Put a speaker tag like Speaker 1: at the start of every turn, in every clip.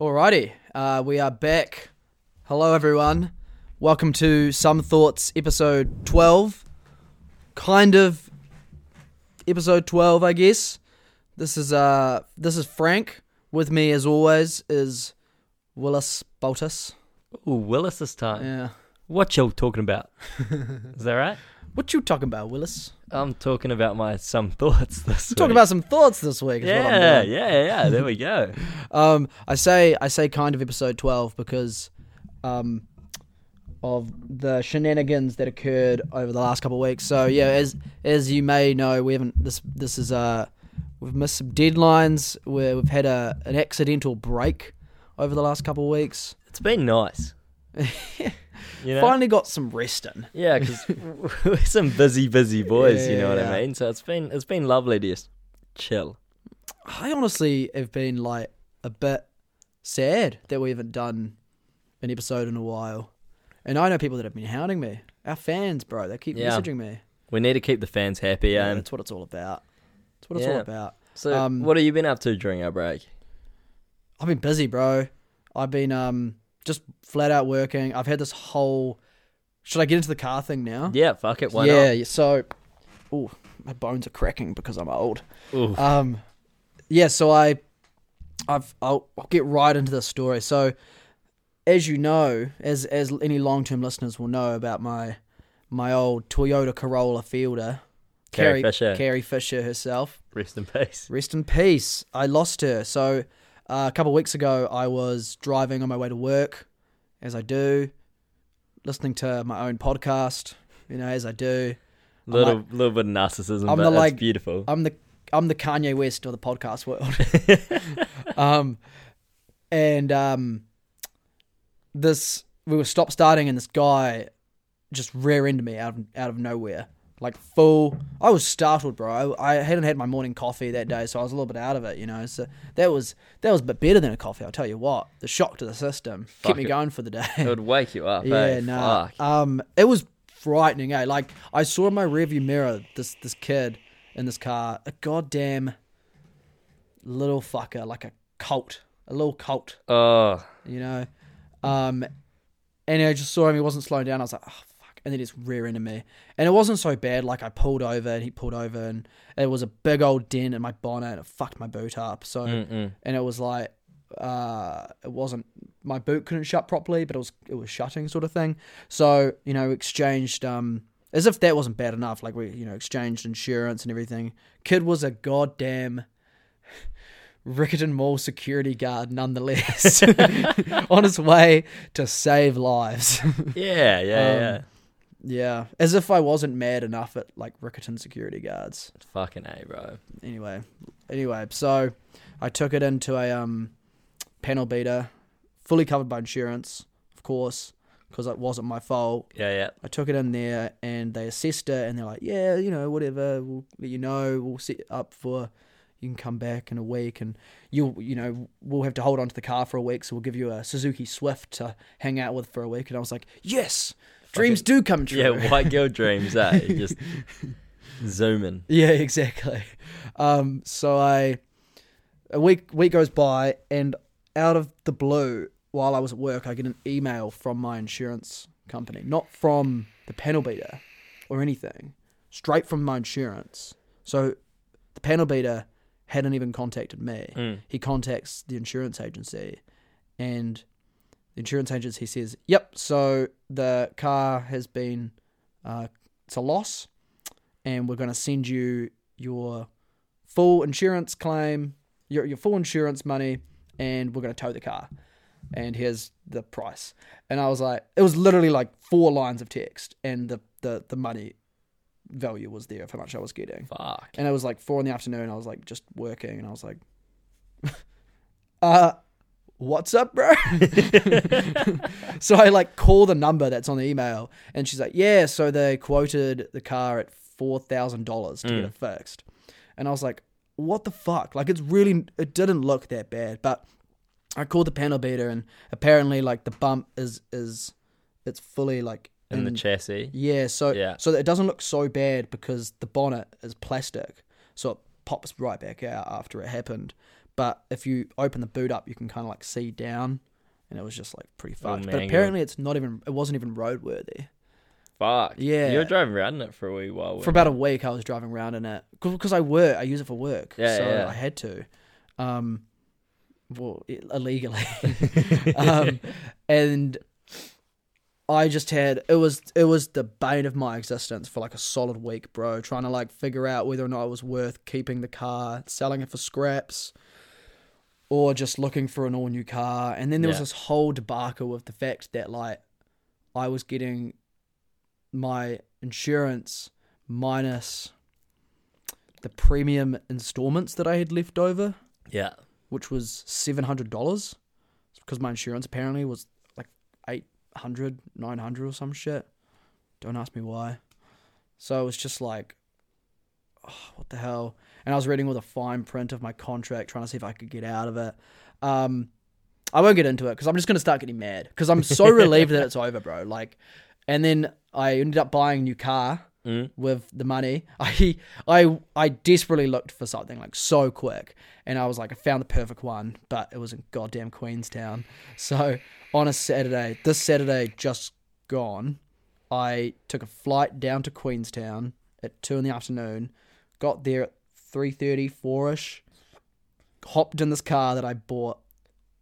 Speaker 1: Alrighty, uh, we are back. Hello, everyone. Welcome to Some Thoughts, episode 12. Kind of episode 12, I guess. This is uh, this is Frank. With me, as always, is Willis Boltus.
Speaker 2: Ooh, Willis this time.
Speaker 1: Yeah.
Speaker 2: What you talking about? Is that right?
Speaker 1: What you talking about, Willis?
Speaker 2: I'm talking about my some thoughts this
Speaker 1: Talking about some thoughts this week. Is what I'm
Speaker 2: yeah,
Speaker 1: doing.
Speaker 2: yeah, yeah. There we go.
Speaker 1: Um, I say I say kind of episode twelve because, um, of the shenanigans that occurred over the last couple of weeks. So yeah, as as you may know, we haven't this this is uh we've missed some deadlines. Where we've had a an accidental break over the last couple of weeks.
Speaker 2: It's been nice. you know?
Speaker 1: Finally got some rest in.
Speaker 2: Yeah, because we're some busy, busy boys. you
Speaker 1: Yeah,
Speaker 2: know what
Speaker 1: yeah.
Speaker 2: I mean. So it's been it's been lovely to just chill.
Speaker 1: I honestly have been like a bit sad that we haven't done an episode in a while. And I know people that have been hounding me. Our fans, bro, they keep
Speaker 2: Yeah.
Speaker 1: messaging me.
Speaker 2: We need to keep the fans happy.
Speaker 1: Yeah,
Speaker 2: and
Speaker 1: that's what it's all about. That's what it's all
Speaker 2: Yeah.
Speaker 1: about.
Speaker 2: so,
Speaker 1: um,
Speaker 2: what have you been up to during our break?
Speaker 1: I've been busy, bro. I've been um just flat out working. I've had this whole. Should I get into the car thing now?
Speaker 2: Yeah, fuck it. Why
Speaker 1: yeah. yeah, So, oh, my bones are cracking because I'm old.
Speaker 2: not? Ooh,
Speaker 1: Um, yeah. So I, I've I'll, I'll get right into the story. So, as you know, as as any long term listeners will know about my my old Toyota Corolla Fielder,
Speaker 2: Carrie Fisher.
Speaker 1: Carrie Fisher herself.
Speaker 2: rest in peace.
Speaker 1: Rest in peace. I lost her. So uh, a couple of weeks ago, I was driving on my way to work, as I do, listening to my own podcast, you know, as I do.
Speaker 2: Little little bit of narcissism,
Speaker 1: I'm
Speaker 2: but
Speaker 1: the,
Speaker 2: it's
Speaker 1: like-
Speaker 2: beautiful.
Speaker 1: I'm the I'm the Kanye West of the podcast world. um, and um, this we were stop starting, and this guy just rear-ended me out of, out of nowhere, like full. I was startled, bro. I, I hadn't had my morning coffee that day, so I was a little bit out of it, you know. So that was that was a bit better than a coffee. I'll tell you what, the shock to the system kept
Speaker 2: Fuck
Speaker 1: me
Speaker 2: it.
Speaker 1: going for the day.
Speaker 2: it would wake you up. eh?
Speaker 1: Yeah, no.
Speaker 2: Fuck.
Speaker 1: Um, it was frightening. Eh? Like I saw in my rearview mirror this this kid in this car, a goddamn little fucker, like a cult, a little cult,
Speaker 2: Oh,
Speaker 1: you know. Um, and I just saw him. He wasn't slowing down. I was like, oh fuck! And then he just rear-ended me, and it wasn't so bad. Like I pulled over, and he pulled over, and it was a big old dent in my bonnet, and it fucked my boot up. So
Speaker 2: mm-mm.
Speaker 1: and it was like uh it wasn't my boot couldn't shut properly but it was it was shutting sort of thing so you know exchanged um as if that wasn't bad enough like we you know exchanged insurance and everything kid was a goddamn Rickerton Mall security guard nonetheless on his way to save lives
Speaker 2: yeah, yeah, yeah.
Speaker 1: yeah as if I wasn't mad enough at like Rickerton security guards
Speaker 2: Fucking a, bro.
Speaker 1: anyway, anyway, so I took it into a um, panel beater, fully covered by insurance, of course, because it wasn't my fault.
Speaker 2: Yeah, yeah.
Speaker 1: I took it in there and they assessed it and they're like, yeah, you know, whatever, we'll let you know, we'll set it up for, you can come back in a week and you'll, you know, we'll have to hold on to the car for a week, so we'll give you a Suzuki Swift to hang out with for a week. And I was like, yes, dreams do come true.
Speaker 2: Yeah, white girl dreams, eh? Just zooming.
Speaker 1: Yeah, exactly. Um, so I a week week goes by, and out of the blue, while I was at work, I get an email from my insurance company, not from the panel beater or anything, straight from my insurance. So the panel beater hadn't even contacted me.
Speaker 2: Mm.
Speaker 1: He contacts the insurance agency, and the insurance agency says, "Yep, so the car has been uh, it's a loss, and we're going to send you your full insurance claim, your your full insurance money, and we're going to tow the car." And here's the price. And I was like, it was literally like four lines of text, and the, the, the money value was there of how much I was getting.
Speaker 2: Fuck.
Speaker 1: And it was like four in the afternoon. I was like just working, and I was like, "Uh, what's up, bro?" so I like call the number that's on the email, and she's like, "Yeah." So they quoted the car at four thousand dollars to get
Speaker 2: Mm.
Speaker 1: it fixed, and I was like, "What the fuck?" Like it's really it didn't look that bad, but I called the panel beater, and apparently like the bump is is it's fully like
Speaker 2: In the chassis.
Speaker 1: yeah, so
Speaker 2: Yeah.
Speaker 1: so that it doesn't look so bad because the bonnet is plastic, so it pops right back out after it happened. But if you open the boot up, you can kind of like see down, and it was just like pretty
Speaker 2: All
Speaker 1: fucked. But
Speaker 2: mangled.
Speaker 1: apparently, it's not even. It wasn't even roadworthy.
Speaker 2: Fuck.
Speaker 1: Yeah.
Speaker 2: You were driving around in it for a wee while.
Speaker 1: For about a week, I was driving around in it because I work. I use it for work,
Speaker 2: Yeah,
Speaker 1: so
Speaker 2: yeah.
Speaker 1: I had to. Um, well, i- illegally, um, and I just had it was it was the bane of my existence for like a solid week, bro. Trying to like figure out whether or not it was worth keeping the car, selling it for scraps, or just looking for an all new car. And then there was
Speaker 2: Yeah.
Speaker 1: this whole debacle with the fact that like I was getting my insurance minus the premium installments that I had left over,
Speaker 2: Yeah.
Speaker 1: which was seven hundred dollars, because my insurance apparently was like 800 900 or some shit. Don't ask me why. So it was just like, oh, what the hell? And I was reading all the fine print of my contract, trying to see if I could get out of it. Um, I won't get into it because I'm just gonna start getting mad because I'm so relieved that it's over, bro. Like, and then I ended up buying a new car
Speaker 2: Mm.
Speaker 1: with the money. I I I desperately looked for something like so quick, and I was like, I found the perfect one, but it was in goddamn Queenstown. So on a Saturday, this Saturday just gone, I took a flight down to Queenstown at two in the afternoon, got there at three thirty, four ish, hopped in this car that I bought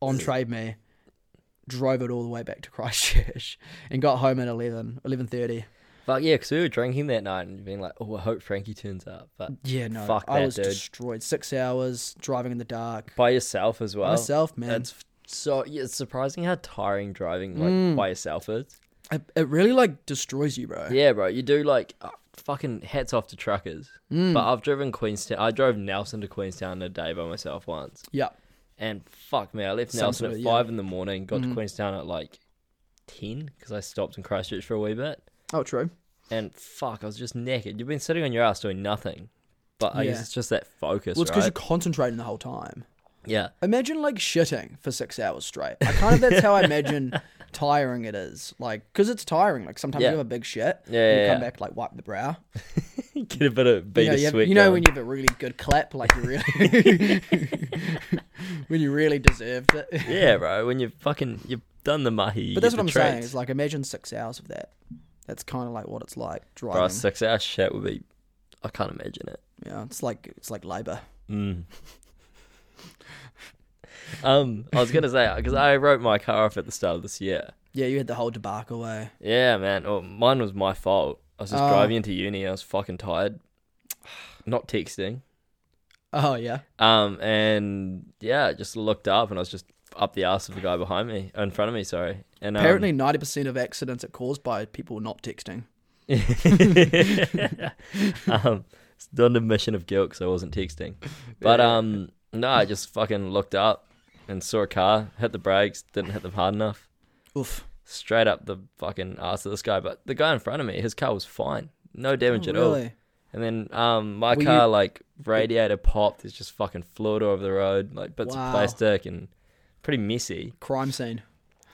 Speaker 1: on Trade Me. Drove it all the way back to Christchurch and got home at 11, 11.30.
Speaker 2: Fuck yeah, because we were drinking that night and being like, oh, I hope Frankie turns up. But
Speaker 1: Yeah, no,
Speaker 2: Fuck
Speaker 1: I
Speaker 2: that,
Speaker 1: was
Speaker 2: dude.
Speaker 1: destroyed. Six hours driving in the dark
Speaker 2: by yourself as well.
Speaker 1: by myself, man.
Speaker 2: That's so yeah, it's surprising how tiring driving like by yourself is.
Speaker 1: It, it really like destroys you, bro.
Speaker 2: Yeah, bro, you do like uh, fucking hats off to truckers. But I've driven Queenstown. I drove Nelson to Queenstown in a day by myself once,
Speaker 1: Yeah,
Speaker 2: and fuck man, I left
Speaker 1: Some
Speaker 2: Nelson
Speaker 1: sort
Speaker 2: at
Speaker 1: of- Mm.
Speaker 2: five in the morning, got to Queenstown at like ten because I stopped in Christchurch for a wee bit,
Speaker 1: oh, true.
Speaker 2: and fuck, I was just naked. You've been sitting on your ass doing nothing. But I
Speaker 1: Yeah.
Speaker 2: guess it's just that focus,
Speaker 1: Well, it's because
Speaker 2: right?
Speaker 1: you're concentrating the whole time.
Speaker 2: Yeah,
Speaker 1: Imagine like shitting for six hours straight. I kind of that's how I imagine tiring it is. Like, because it's tiring. Like sometimes
Speaker 2: Yeah.
Speaker 1: you have a big shit,
Speaker 2: Yeah,
Speaker 1: and you
Speaker 2: yeah,
Speaker 1: come
Speaker 2: yeah.
Speaker 1: back like wipe the brow.
Speaker 2: get a bit of beta
Speaker 1: you know, you, have-
Speaker 2: sweat.
Speaker 1: you know
Speaker 2: going.
Speaker 1: when you have a really good clap, like you really, when you really deserved it.
Speaker 2: yeah, bro, when you fucking you've done the mahi. you
Speaker 1: But that's
Speaker 2: get
Speaker 1: what I'm
Speaker 2: the
Speaker 1: saying.
Speaker 2: treats.
Speaker 1: Is like imagine six hours of that. That's kind of like what it's like driving.
Speaker 2: Bro, six hour shit would be. I can't imagine it.
Speaker 1: Yeah, it's like it's like labor. Mm.
Speaker 2: Um, I was gonna say because I wrote my car off at the start of this year.
Speaker 1: Yeah, you had the whole debacle eh? way.
Speaker 2: Yeah, man. Well, mine was my fault. I was just
Speaker 1: Oh.
Speaker 2: driving into uni. I was fucking tired. Not texting.
Speaker 1: Oh yeah.
Speaker 2: Um, and yeah, I just looked up and I was just up the ass of the guy behind me, in front of me. Sorry. And um,
Speaker 1: Apparently, ninety percent of accidents are caused by people not texting.
Speaker 2: um, it's not an admission of guilt because I wasn't texting. But um, no, I just fucking looked up and saw a car, hit the brakes, didn't hit them hard enough,
Speaker 1: Oof.
Speaker 2: straight up the fucking ass of this guy. But the guy in front of me, his car was fine, no damage at all.
Speaker 1: Oh, really?
Speaker 2: And then um, my
Speaker 1: Were you-
Speaker 2: car like radiator popped. There's just fucking fluid all over the road, like bits
Speaker 1: Wow.
Speaker 2: of plastic and pretty messy.
Speaker 1: Crime scene.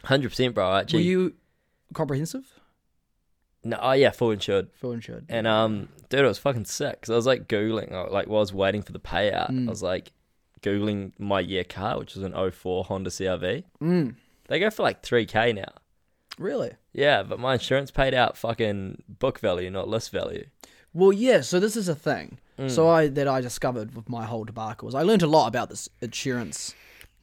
Speaker 2: Hundred percent, bro. Actually,
Speaker 1: Were you comprehensive?
Speaker 2: no, oh yeah, full insured.
Speaker 1: Full insured.
Speaker 2: And um, dude, it was fucking sick. Cause I was like googling, uh, like while I was waiting for the payout,
Speaker 1: Mm.
Speaker 2: I was like googling my year car, which was an 04 Honda CRV.
Speaker 1: Mm.
Speaker 2: They go for like three k now.
Speaker 1: Really?
Speaker 2: Yeah, but my insurance paid out fucking book value, not list value.
Speaker 1: Well, yeah. So this is a thing.
Speaker 2: Mm.
Speaker 1: So I that I discovered with my whole debacle was I learned a lot about this insurance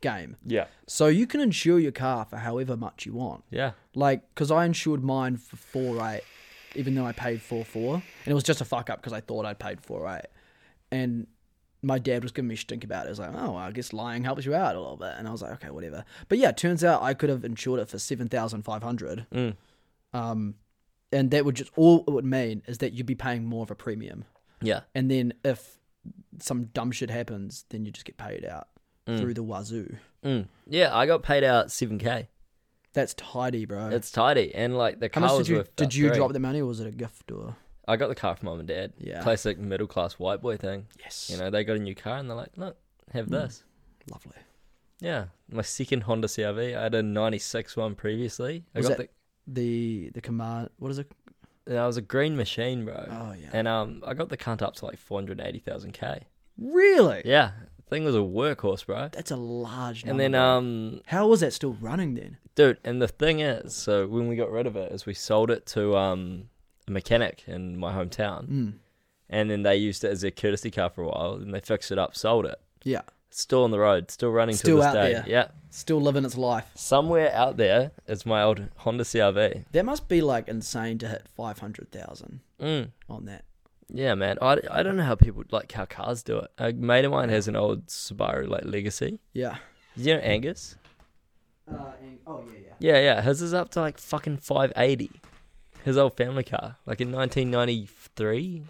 Speaker 1: game.
Speaker 2: Yeah,
Speaker 1: So you can insure your car for however much you want.
Speaker 2: yeah,
Speaker 1: Like, because I insured mine for four eight, even though I paid four four, and it was just a fuck up because I thought I'd paid four eight, and my dad was giving me stink about it. It was like, oh, well, I guess lying helps you out a little bit, and I was like, okay, whatever. But yeah, it turns out I could have insured it for seven thousand five hundred,
Speaker 2: Mm.
Speaker 1: um, and that would just all it would mean is that you'd be paying more of a premium,
Speaker 2: yeah.
Speaker 1: and then if some dumb shit happens, then you just get paid out through the wazoo.
Speaker 2: Mm. Yeah, I got paid out seven k.
Speaker 1: That's tidy, bro.
Speaker 2: It's tidy, and like the
Speaker 1: How
Speaker 2: car
Speaker 1: much did
Speaker 2: was
Speaker 1: you
Speaker 2: worth.
Speaker 1: did
Speaker 2: about
Speaker 1: you
Speaker 2: three.
Speaker 1: drop the money, or was it a gift or?
Speaker 2: I got the car from mum and dad.
Speaker 1: Yeah.
Speaker 2: classic middle class white boy thing.
Speaker 1: Yes.
Speaker 2: You know, they got a new car and they're like, look,
Speaker 1: Hmm.
Speaker 2: have this.
Speaker 1: Lovely.
Speaker 2: Yeah, my second Honda CRV. I had a '96 one previously. I
Speaker 1: Was
Speaker 2: got
Speaker 1: that- The the command what is it?
Speaker 2: the. That was a green machine, bro.
Speaker 1: Oh yeah.
Speaker 2: And um, I got the cunt up to like 480,000 k.
Speaker 1: Really?
Speaker 2: Yeah, thing was a workhorse, bro.
Speaker 1: That's a large
Speaker 2: And
Speaker 1: number.
Speaker 2: then, um,
Speaker 1: how was that still running then?
Speaker 2: dude, and the thing is, so when we got rid of it, is we sold it to um, a mechanic in my hometown,
Speaker 1: Mm.
Speaker 2: and then they used it as their courtesy car for a while, and they fixed it up, sold it.
Speaker 1: Yeah,
Speaker 2: It's still on the road, still running
Speaker 1: Still
Speaker 2: to this
Speaker 1: out
Speaker 2: day.
Speaker 1: there.
Speaker 2: Yeah,
Speaker 1: still living its life.
Speaker 2: somewhere out there is my old Honda CRV.
Speaker 1: That must be like insane to hit five hundred thousand
Speaker 2: Mm.
Speaker 1: on that.
Speaker 2: Yeah, man. I, I don't know how people like how cars do it. A mate of mine has an old Subaru like Legacy.
Speaker 1: Yeah.
Speaker 2: You know Angus?
Speaker 1: Uh, and, oh yeah,
Speaker 2: Yeah, yeah. His is up to like fucking 580. His old family car, like in 1993,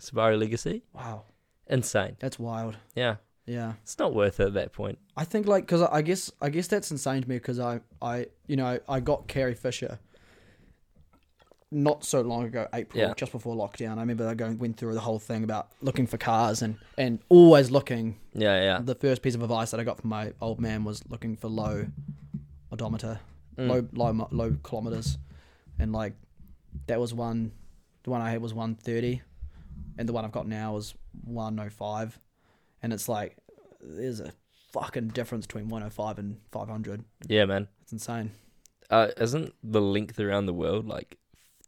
Speaker 2: Subaru Legacy.
Speaker 1: Wow,
Speaker 2: Insane.
Speaker 1: that's wild.
Speaker 2: Yeah.
Speaker 1: Yeah.
Speaker 2: It's not worth it at that point.
Speaker 1: I think like because I guess I guess that's insane to me because I I you know I got Carrie Fisher not so long ago April
Speaker 2: Yeah.
Speaker 1: just before lockdown I remember I going went through the whole thing about looking for cars and and always looking
Speaker 2: Yeah, yeah.
Speaker 1: the first piece of advice that I got from my old man was looking for low odometer
Speaker 2: Mm.
Speaker 1: low low mi- low kilometers and like that was one the one I had was 130 and the one I've got now is 105 and it's like there's a fucking difference between 105 and 500
Speaker 2: Yeah, man.
Speaker 1: it's insane
Speaker 2: Uh, isn't the length around the world like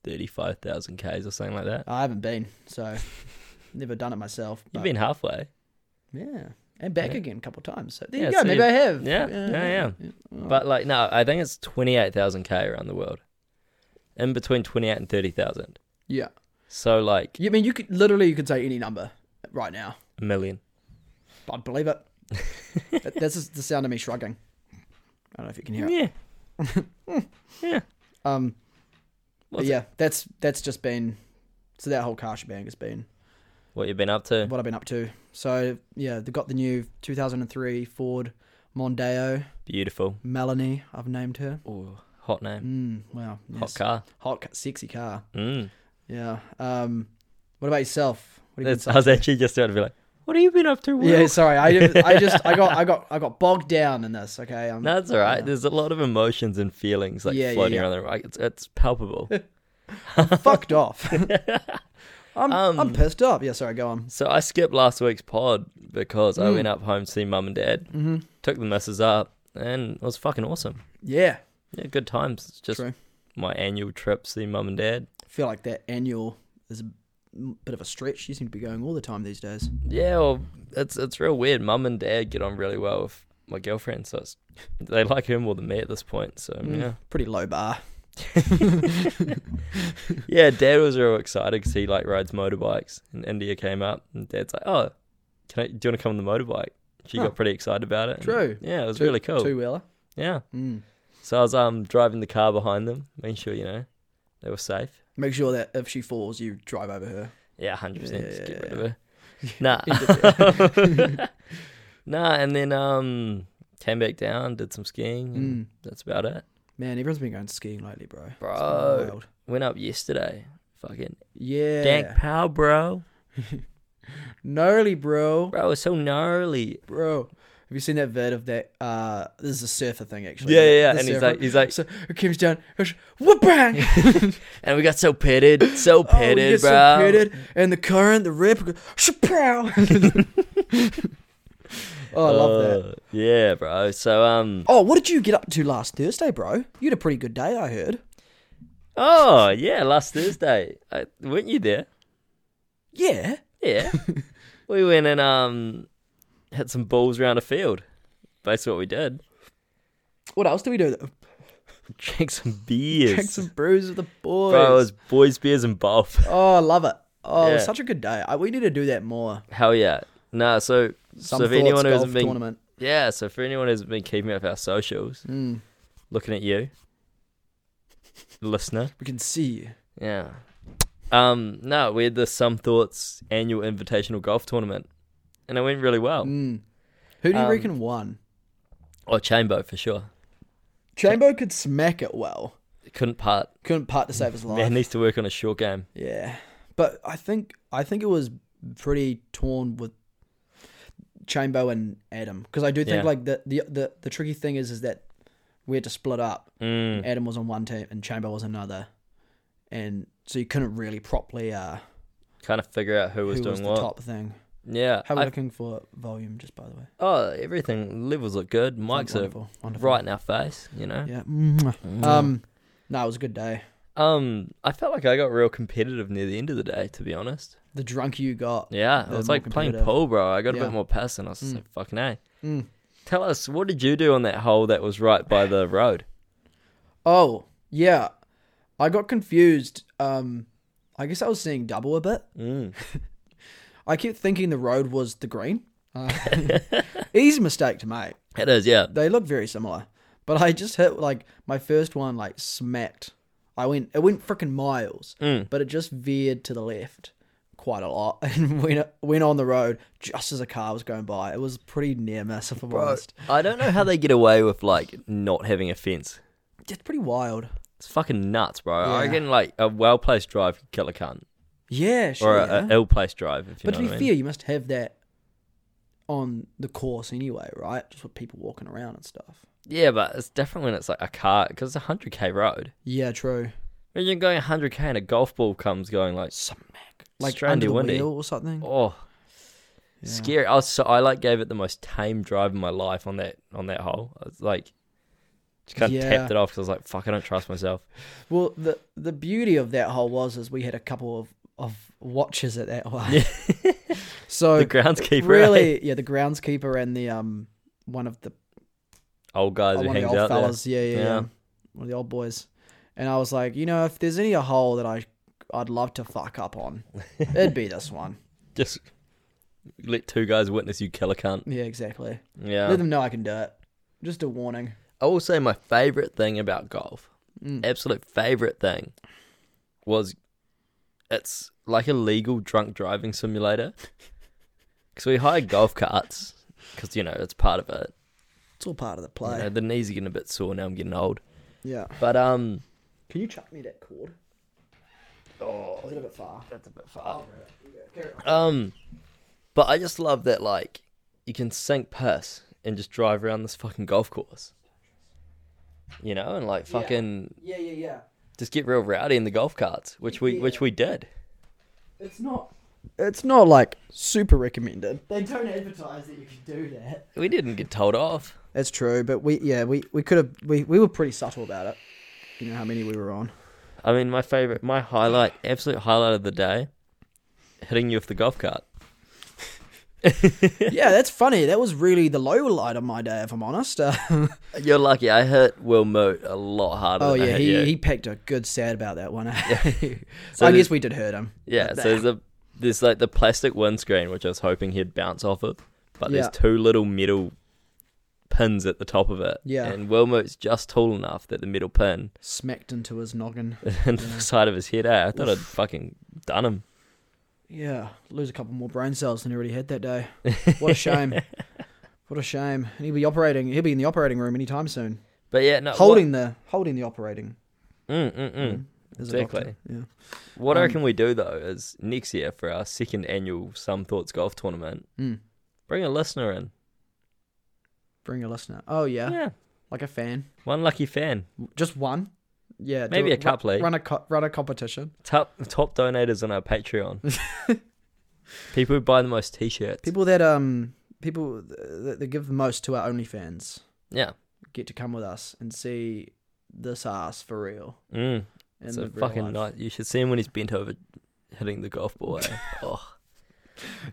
Speaker 2: 35,000 Ks or something like that?
Speaker 1: I haven't been so never done it myself
Speaker 2: You've
Speaker 1: but-
Speaker 2: been halfway.
Speaker 1: yeah and back
Speaker 2: Yeah.
Speaker 1: again a couple times so there
Speaker 2: Yeah,
Speaker 1: you go
Speaker 2: so
Speaker 1: maybe
Speaker 2: you-
Speaker 1: I have
Speaker 2: yeah, yeah, yeah. But like, no, I think it's 28,000 K around the world. In between 28 and 30,000.
Speaker 1: yeah
Speaker 2: So like
Speaker 1: you I mean you could literally you could say any number right now
Speaker 2: a million.
Speaker 1: I'd believe it. That- That's just the sound of me shrugging. I don't know if you can hear it.
Speaker 2: Yeah. yeah.
Speaker 1: Um, but
Speaker 2: What's
Speaker 1: yeah, that's that's just been so that whole car shebang has been
Speaker 2: What you've been up to?
Speaker 1: what I've been up to. So yeah, they got the new 2003 Ford Mondeo
Speaker 2: Beautiful.
Speaker 1: Melanie. I've named her.
Speaker 2: Ooh, hot name.
Speaker 1: Mm, wow,
Speaker 2: Hot
Speaker 1: yes.
Speaker 2: car.
Speaker 1: hot, ca- sexy car.
Speaker 2: Mm.
Speaker 1: Yeah. Um, what about yourself? What have you been
Speaker 2: That's, I was actually just about to be like, what have you been up to? Will?
Speaker 1: yeah, sorry. I, I just I got I got I got bogged down in this. Okay. Um,
Speaker 2: No, it's all right.
Speaker 1: yeah.
Speaker 2: There's a lot of emotions and feelings like
Speaker 1: Yeah, yeah,
Speaker 2: floating
Speaker 1: yeah.
Speaker 2: around the right. It's, it's palpable.
Speaker 1: fucked off. I'm
Speaker 2: Um,
Speaker 1: I'm pissed off. Yeah. Sorry. Go on.
Speaker 2: so I skipped last week's pod because I
Speaker 1: Mm.
Speaker 2: went up home to see mum and dad,
Speaker 1: Mm-hmm.
Speaker 2: took the missus up, and it was fucking awesome.
Speaker 1: Yeah.
Speaker 2: Yeah, good times. It's just
Speaker 1: True.
Speaker 2: my annual trip, see mum and dad.
Speaker 1: I feel like that annual is a bit of a stretch. You seem to be going all the time these days.
Speaker 2: Yeah, well, it's it's real weird. Mum and dad get on really well with my girlfriend, so it's, they like her more than me at this point. So
Speaker 1: Mm,
Speaker 2: yeah,
Speaker 1: Pretty low bar.
Speaker 2: yeah. Dad was real excited because he like rides motorbikes, and India came up, and Dad's like, "Oh, can I, do you want to come on the motorbike?" She
Speaker 1: Huh.
Speaker 2: got pretty excited about it. and-
Speaker 1: True.
Speaker 2: yeah, it was really cool.
Speaker 1: Two wheeler.
Speaker 2: Yeah.
Speaker 1: Mm.
Speaker 2: So I was um driving the car behind them, making sure you know they were safe.
Speaker 1: Make sure that if she falls, you drive over her.
Speaker 2: Yeah, hundred percent.
Speaker 1: Yeah,
Speaker 2: Just
Speaker 1: yeah,
Speaker 2: get rid
Speaker 1: yeah.
Speaker 2: of her. Nah. nah, and then um came back down, did some skiing, and
Speaker 1: Mm.
Speaker 2: that's about it.
Speaker 1: Man, everyone's been going skiing lately, bro. It's been
Speaker 2: Bro.
Speaker 1: wild.
Speaker 2: Went up yesterday. Fucking
Speaker 1: Yeah.
Speaker 2: dank pow, bro.
Speaker 1: Gnarly, bro.
Speaker 2: Bro, it's so gnarly.
Speaker 1: Bro. Have you seen that vid of that? Uh, this is a surfer thing, actually. The-
Speaker 2: Yeah, yeah, yeah.
Speaker 1: the
Speaker 2: And he's
Speaker 1: surfer.
Speaker 2: like, he's like,
Speaker 1: so it comes down, goes, whoop bang!
Speaker 2: and we got so pitted, so
Speaker 1: Oh, you get
Speaker 2: pitted,
Speaker 1: so
Speaker 2: bro.
Speaker 1: pitted, and the current, the rip, goes, shapow! oh, I love that.
Speaker 2: Uh, Yeah, bro. So um,
Speaker 1: Oh, what did you get up to last Thursday, bro? You had a pretty good day, I heard.
Speaker 2: oh yeah, last Thursday, I, weren't you there?
Speaker 1: Yeah.
Speaker 2: Yeah, we went and um, hit some balls around a field. That's what we did.
Speaker 1: What else did we do?
Speaker 2: Drank some beers.
Speaker 1: Drank some brews with the boys.
Speaker 2: Bro, it was boys, beers, and both.
Speaker 1: Oh, I love it. Oh, it was
Speaker 2: Yeah.
Speaker 1: such a good day. I, we need to do that more.
Speaker 2: Hell yeah. Nah, so
Speaker 1: Some
Speaker 2: so if anyone who
Speaker 1: golf
Speaker 2: hasn't been
Speaker 1: tournament.
Speaker 2: yeah, so for anyone who's been keeping up with our socials,
Speaker 1: Mm,
Speaker 2: looking at you, listener,
Speaker 1: we can see you.
Speaker 2: yeah. Um, no, we had the Some Thoughts annual invitational golf tournament, and it went really well.
Speaker 1: Mm. Who do you
Speaker 2: Um,
Speaker 1: reckon won?
Speaker 2: Oh, Chambo for sure.
Speaker 1: Chambo could smack it well.
Speaker 2: Couldn't putt.
Speaker 1: Couldn't putt to save his life.
Speaker 2: Man needs to work on a short game.
Speaker 1: Yeah, but I think I think it was pretty torn with Chambo and Adam because I do think
Speaker 2: Yeah.
Speaker 1: like the, the the the tricky thing is is that we had to split up.
Speaker 2: Mm.
Speaker 1: Adam was on one team and Chambo was another, and so you couldn't really properly uh
Speaker 2: Kind of figure out who was
Speaker 1: who
Speaker 2: doing
Speaker 1: was the
Speaker 2: what.
Speaker 1: top thing.
Speaker 2: Yeah.
Speaker 1: How are we
Speaker 2: I-
Speaker 1: looking for volume, just by the way?
Speaker 2: oh, everything levels look good. Mics are
Speaker 1: wonderful, wonderful.
Speaker 2: right Mm. in our face. You know.
Speaker 1: Yeah. Mwah. Um, no, it was a good day.
Speaker 2: Um, I felt like I got real competitive near the end of the day. To be honest.
Speaker 1: The drunker you got.
Speaker 2: Yeah,
Speaker 1: They're
Speaker 2: I was
Speaker 1: more
Speaker 2: like playing
Speaker 1: competitive.
Speaker 2: pool, bro. I got a
Speaker 1: Yeah.
Speaker 2: bit more pass, and I was just
Speaker 1: Mm.
Speaker 2: like, "Fucking a."
Speaker 1: Mm.
Speaker 2: Tell us, what did you do on that hole that was right by the road?
Speaker 1: Oh, yeah. I got confused. Um, I guess I was seeing double a bit.
Speaker 2: Mm.
Speaker 1: I kept thinking the road was the green. Uh, easy mistake to make.
Speaker 2: It is, yeah.
Speaker 1: They look very similar, but I just hit like my first one like smacked. I went it went freaking miles,
Speaker 2: Mm.
Speaker 1: but it just veered to the left quite a lot and went went on the road just as a car was going by. It was pretty near miss, if I'm honest.
Speaker 2: I don't know how they get away with like not having a fence.
Speaker 1: It's pretty wild.
Speaker 2: It's fucking nuts, bro. I
Speaker 1: Yeah.
Speaker 2: reckon like a well placed drive could kill a cunt,
Speaker 1: Yeah, sure.
Speaker 2: or
Speaker 1: yeah.
Speaker 2: a, a ill placed drive. If you
Speaker 1: But to
Speaker 2: know
Speaker 1: be
Speaker 2: what I
Speaker 1: fair,
Speaker 2: mean.
Speaker 1: you must have that on the course anyway, right? Just with people walking around and stuff.
Speaker 2: yeah, but it's different when it's like a car because it's a hundred k road.
Speaker 1: Yeah, true.
Speaker 2: Imagine going hundred k and a golf ball comes going like,
Speaker 1: Smack. Like
Speaker 2: Strandy
Speaker 1: under the
Speaker 2: windy.
Speaker 1: wheel or something.
Speaker 2: oh,
Speaker 1: Yeah.
Speaker 2: scary. I was so I like gave it the most tame drive of my life on that on that hole. I was like, just kind of
Speaker 1: Yeah.
Speaker 2: tapped it off because I was like, fuck, I don't trust myself.
Speaker 1: Well, the the beauty of that hole was is we had a couple of, of watches at that one. so
Speaker 2: The groundskeeper, really
Speaker 1: really, yeah, the groundskeeper and the um one of the
Speaker 2: old guys
Speaker 1: oh,
Speaker 2: who
Speaker 1: one of the
Speaker 2: hangs
Speaker 1: old
Speaker 2: out there.
Speaker 1: fellas, yeah, yeah, yeah,
Speaker 2: Yeah.
Speaker 1: one of the old boys. And I was like, you know, if there's any a hole that I I'd love to fuck up on, it'd be this one.
Speaker 2: Just let two guys witness you kill a cunt.
Speaker 1: Yeah, exactly. Let
Speaker 2: Yeah.
Speaker 1: them know I can do it. Just a warning.
Speaker 2: I will say my favorite thing about golf,
Speaker 1: Mm.
Speaker 2: absolute favorite thing, was it's like a legal drunk driving simulator. Because we hire golf carts, because, you know, it's part of it.
Speaker 1: It's all part of the
Speaker 2: You
Speaker 1: play.
Speaker 2: know, the knees are getting a bit sore now, I'm getting old.
Speaker 1: Yeah.
Speaker 2: But, um,
Speaker 1: Can you chuck me that cord? Oh, is it a bit far?
Speaker 2: that's a bit far.
Speaker 1: Carry on.
Speaker 2: Um, but I just love that, like, you can sink piss and just drive around this fucking golf course. You know, and like
Speaker 1: Yeah.
Speaker 2: fucking
Speaker 1: Yeah, yeah, yeah.
Speaker 2: just get real rowdy in the golf carts, which we which we did.
Speaker 1: It's not. It's not like super recommended. They don't advertise that you can do that.
Speaker 2: We didn't get told off.
Speaker 1: That's true, but we yeah we we could have we we were pretty subtle about it. You know how many we were on.
Speaker 2: I mean, my favorite, my highlight, absolute highlight of the day, hitting you with the golf cart.
Speaker 1: yeah, that's funny. That was really the low light of my day, if I'm honest. Uh,
Speaker 2: You're lucky. I hit Will Moot a lot harder.
Speaker 1: oh
Speaker 2: than I
Speaker 1: yeah,
Speaker 2: hit
Speaker 1: he
Speaker 2: you.
Speaker 1: he packed a good sad about that one. eh?
Speaker 2: So
Speaker 1: I
Speaker 2: there's-
Speaker 1: guess we did hurt him.
Speaker 2: yeah. So there's a there's like the plastic windscreen, which I was hoping he'd bounce off of, but
Speaker 1: Yeah.
Speaker 2: there's two little metal pins at the top of it.
Speaker 1: Yeah.
Speaker 2: And Will Moot's just tall enough that the metal pin
Speaker 1: smacked into his noggin.
Speaker 2: in the side of his head. eh? I thought I'd fucking done him.
Speaker 1: Yeah, lose a couple more brain cells than he already had that day. What a shame. what a shame. And he'll be operating. He'll be in the operating room anytime soon.
Speaker 2: But yeah, no.
Speaker 1: holding the holding the operating.
Speaker 2: What, mm, mm, Uh, mm.
Speaker 1: as a doctor.
Speaker 2: Exactly.
Speaker 1: Yeah.
Speaker 2: What
Speaker 1: Um,
Speaker 2: I reckon we do though is next year for our second annual Some Thoughts Golf Tournament,
Speaker 1: Mm.
Speaker 2: bring a listener in.
Speaker 1: Bring a listener. Oh yeah.
Speaker 2: Yeah,
Speaker 1: like a fan.
Speaker 2: one lucky fan,
Speaker 1: Just one. Yeah. do
Speaker 2: maybe a
Speaker 1: it. Ru-
Speaker 2: couple. eh?
Speaker 1: Run a co- run a competition.
Speaker 2: top top donators on our Patreon. People who buy the most T-shirts.
Speaker 1: People that um people th- that, that give the most to our OnlyFans
Speaker 2: yeah,
Speaker 1: get to come with us and see this ass for real.
Speaker 2: mm.
Speaker 1: in
Speaker 2: it's
Speaker 1: the
Speaker 2: a
Speaker 1: real
Speaker 2: fucking
Speaker 1: life.
Speaker 2: nice. You should see him when he's bent over hitting the golf ball. eh? oh,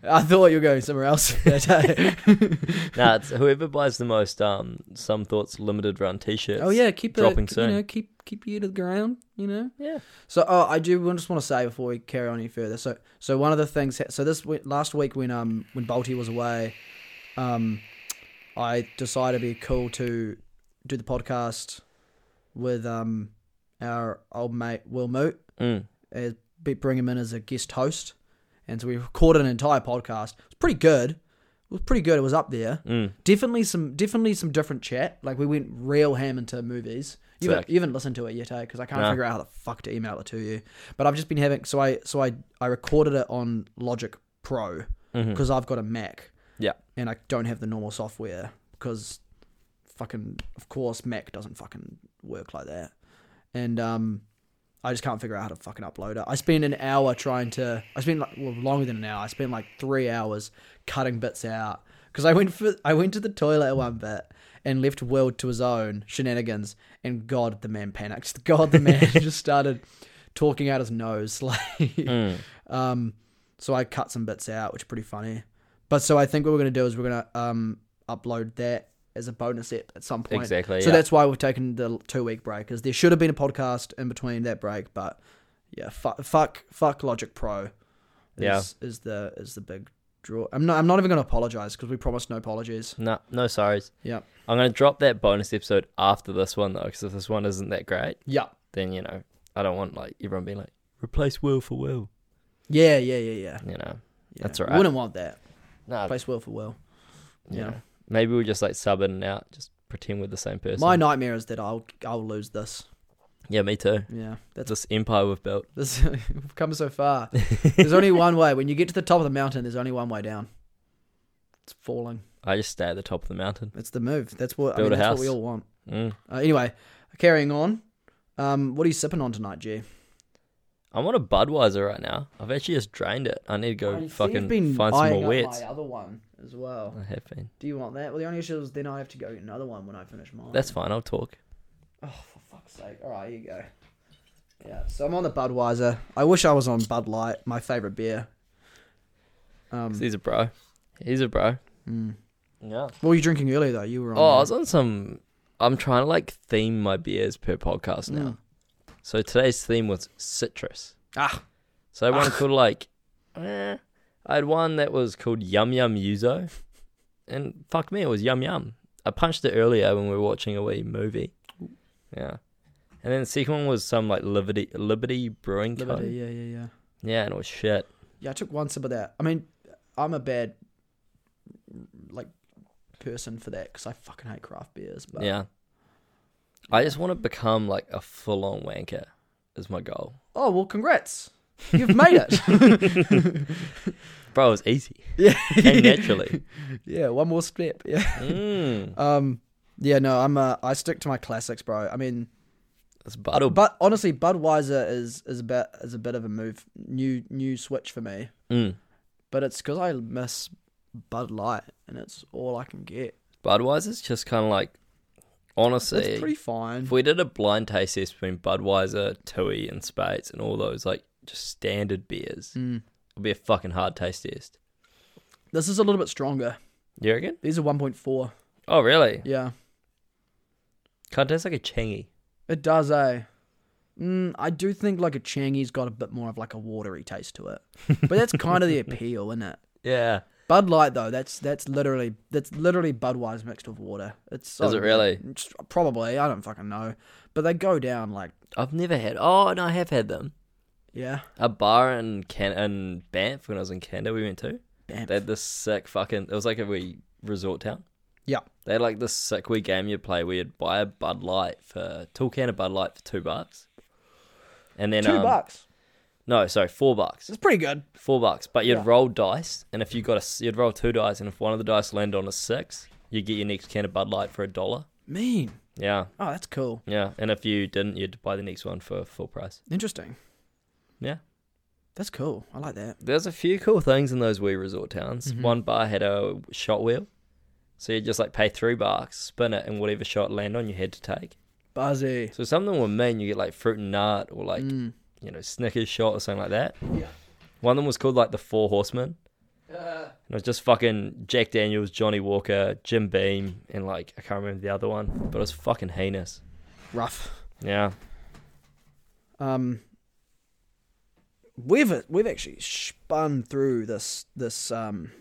Speaker 1: I thought you were going somewhere else that day.
Speaker 2: nah, it's whoever buys the most um Some Thoughts Limited Run T-shirts.
Speaker 1: oh yeah, keep
Speaker 2: dropping
Speaker 1: it,
Speaker 2: soon.
Speaker 1: You know, keep keep your ear to the ground. You know.
Speaker 2: yeah.
Speaker 1: So, oh, I do just want to say before we carry on any further. So, so one of the things. So this we- last week when um when Balti was away, um, I decided it'd be cool to do the podcast with um our old mate Will Moot,
Speaker 2: Mm.
Speaker 1: as be- bring him in as a guest host, and so we recorded an entire podcast. It was pretty good. It was pretty good. It was up there.
Speaker 2: Mm.
Speaker 1: Definitely some definitely some different chat. Like we went real ham into movies. You haven't,
Speaker 2: Sick.
Speaker 1: you haven't listened to it yet, eh? Because I can't
Speaker 2: No.
Speaker 1: figure out how the fuck to email it to you. But I've just been having so I so I I recorded it on Logic Pro
Speaker 2: Mhm.
Speaker 1: because I've got a Mac.
Speaker 2: Yeah.
Speaker 1: And I don't have the normal software because fucking of course Mac doesn't fucking work like that. And um I just can't figure out how to fucking upload it. I spent an hour trying to. I spent like well, longer than an hour. I spent like three hours cutting bits out because I went for I went to the toilet at one bit and left Will to his own shenanigans. And God, the man panicked. God, the man just started talking out his nose. Like,
Speaker 2: Mm.
Speaker 1: um, so I cut some bits out, which are pretty funny. But so I think what we're gonna do is we're gonna um upload that as a bonus ep at some point.
Speaker 2: Exactly,
Speaker 1: So
Speaker 2: yeah.
Speaker 1: that's why we've taken the two week break. Is there should have been a podcast in between that break, but yeah, fuck, fuck, fuck Logic Pro. Is,
Speaker 2: Yeah.
Speaker 1: is the is the big draw. I'm not. I'm not even gonna apologize because we promised no apologies.
Speaker 2: No, no sorries.
Speaker 1: Yeah.
Speaker 2: I'm gonna drop that bonus episode after this one though, because if this one isn't that great,
Speaker 1: Yeah.
Speaker 2: then you know I don't want like everyone being like replace Will for Will.
Speaker 1: Yeah. Yeah. Yeah. Yeah.
Speaker 2: You know,
Speaker 1: yeah.
Speaker 2: That's
Speaker 1: We
Speaker 2: alright.
Speaker 1: Wouldn't want that.
Speaker 2: no,
Speaker 1: Place Will for Will.
Speaker 2: you
Speaker 1: yeah.
Speaker 2: know, maybe we just like sub in and out, just pretend we're the same person.
Speaker 1: My nightmare is that I'll I'll lose this.
Speaker 2: yeah, me too.
Speaker 1: Yeah. That's
Speaker 2: This empire we've built.
Speaker 1: This, we've come so far. There's only one way. When you get to the top of the mountain, there's only one way down. It's falling.
Speaker 2: I just stay at the top of the mountain.
Speaker 1: It's the move. That's what I
Speaker 2: Build
Speaker 1: mean,
Speaker 2: a
Speaker 1: that's what we
Speaker 2: house.
Speaker 1: all want.
Speaker 2: Mm.
Speaker 1: Uh, anyway, carrying on. Um, what are you sipping on tonight, G?
Speaker 2: I'm on a Budweiser right now. I've actually just drained it. I need to go fucking find some more wets.
Speaker 1: My uh, other one as well.
Speaker 2: I have been.
Speaker 1: Do you want that? Well, the only issue is then I have to go get another one when I finish mine.
Speaker 2: That's fine. I'll talk.
Speaker 1: oh for fuck's sake! All right, here you go. Yeah, so I'm on the Budweiser. I wish I was on Bud Light, my favorite beer. Um,
Speaker 2: 'Cause He's a bro. He's a bro.
Speaker 1: mm.
Speaker 2: Yeah.
Speaker 1: what were you drinking earlier though? You were on.
Speaker 2: Oh, I
Speaker 1: uh,
Speaker 2: was on some. I'm trying to like theme my beers per podcast
Speaker 1: Mm.
Speaker 2: now. So today's theme was citrus.
Speaker 1: Ah.
Speaker 2: So I had one called like. eh. I had one that was called Yum Yum Yuzo. And fuck me, it was Yum Yum. I punched it earlier when we were watching a wee movie. Yeah. And then the second one was some like Liberty Liberty Brewing Co.
Speaker 1: Liberty, yeah, yeah, yeah.
Speaker 2: Yeah, and it was shit.
Speaker 1: Yeah, I took one sip of that. I mean, I'm a bad like person for that because I fucking hate craft beers. But
Speaker 2: Yeah. I just want to become like a full on wanker, is my goal.
Speaker 1: Oh well, congrats. You've made it.
Speaker 2: Bro, it was easy.
Speaker 1: yeah.
Speaker 2: Came naturally.
Speaker 1: yeah. One more step. Yeah.
Speaker 2: Mm.
Speaker 1: Um. Yeah. No. I'm. Uh, I stick to my classics, bro. I mean,
Speaker 2: It's battle.
Speaker 1: but honestly, Budweiser is is a bit is a bit of a move new new switch for me.
Speaker 2: Mm.
Speaker 1: But it's because I miss Bud Light, and it's all I can get.
Speaker 2: Budweiser's just kind of like, honestly,
Speaker 1: It's pretty fine.
Speaker 2: if we did a blind taste test between Budweiser, Tui, and Spates and all those like just standard beers,
Speaker 1: Mm.
Speaker 2: it would be a fucking hard taste test.
Speaker 1: This is a little bit stronger.
Speaker 2: You reckon?
Speaker 1: These are 1.4.
Speaker 2: Oh, really?
Speaker 1: Yeah.
Speaker 2: Can't taste like a chingy.
Speaker 1: It does, eh? Mm, I do think like a Changi's got a bit more of like a watery taste to it, but that's kind of the appeal, isn't it?
Speaker 2: Yeah.
Speaker 1: Bud Light though, that's that's literally that's literally Budweiser mixed with water. It's so
Speaker 2: Is it
Speaker 1: good.
Speaker 2: really?
Speaker 1: It's- Probably, I don't fucking know, but they go down like
Speaker 2: I've never had. Oh, and I have had them.
Speaker 1: yeah,
Speaker 2: a bar in Can in Banff when I was in Canada. We went to.
Speaker 1: Banff.
Speaker 2: They had this sick fucking. It was like a wee resort town.
Speaker 1: yeah,
Speaker 2: They had like this sick wee game you'd play where you'd buy a Bud Light for tall can of Bud Light for two bucks, and then
Speaker 1: two
Speaker 2: um,
Speaker 1: bucks.
Speaker 2: No, sorry, four bucks.
Speaker 1: It's pretty good.
Speaker 2: Four bucks. But you'd
Speaker 1: Yeah.
Speaker 2: roll dice, and if you got a, s- you'd roll two dice, and if one of the dice landed on a six, you get your next can of Bud Light for a dollar.
Speaker 1: Mean.
Speaker 2: Yeah,
Speaker 1: Oh, that's cool.
Speaker 2: yeah. And if you didn't, you'd buy the next one for full price.
Speaker 1: Interesting.
Speaker 2: Yeah.
Speaker 1: That's cool. I like that.
Speaker 2: There's a few cool things in those wee resort towns.
Speaker 1: Mm-hmm.
Speaker 2: One bar had a shot wheel, so you just like pay three bucks, spin it, and whatever shot land on you had to take.
Speaker 1: Buzzy.
Speaker 2: So some of them were mean. You get like fruit and nut, or like
Speaker 1: Mm.
Speaker 2: you know Snickers shot or something like that.
Speaker 1: Yeah.
Speaker 2: One of them was called like the Four Horsemen. And it was just fucking Jack Daniels, Johnny Walker, Jim Beam, and like I can't remember the other one, but it was fucking heinous.
Speaker 1: Rough.
Speaker 2: Yeah,
Speaker 1: Um, we've we've actually spun through this this um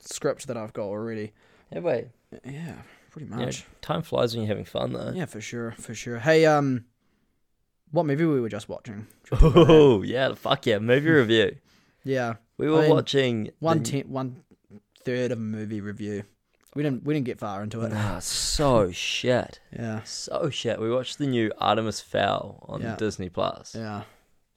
Speaker 1: script that I've got already.
Speaker 2: have we?
Speaker 1: Yeah, pretty
Speaker 2: You know,
Speaker 1: much.
Speaker 2: time flies when you're having fun though.
Speaker 1: Yeah, for sure, for sure. Hey, um, what movie we were just watching?
Speaker 2: Oh yeah, fuck yeah! Movie review.
Speaker 1: Yeah,
Speaker 2: We were
Speaker 1: I mean,
Speaker 2: watching
Speaker 1: one
Speaker 2: the-
Speaker 1: ten, one third of a movie review. We didn't we didn't get far into it.
Speaker 2: Ah, so shit.
Speaker 1: Yeah,
Speaker 2: So shit. We watched the new Artemis Fowl on
Speaker 1: Yeah.
Speaker 2: Disney Plus.
Speaker 1: yeah.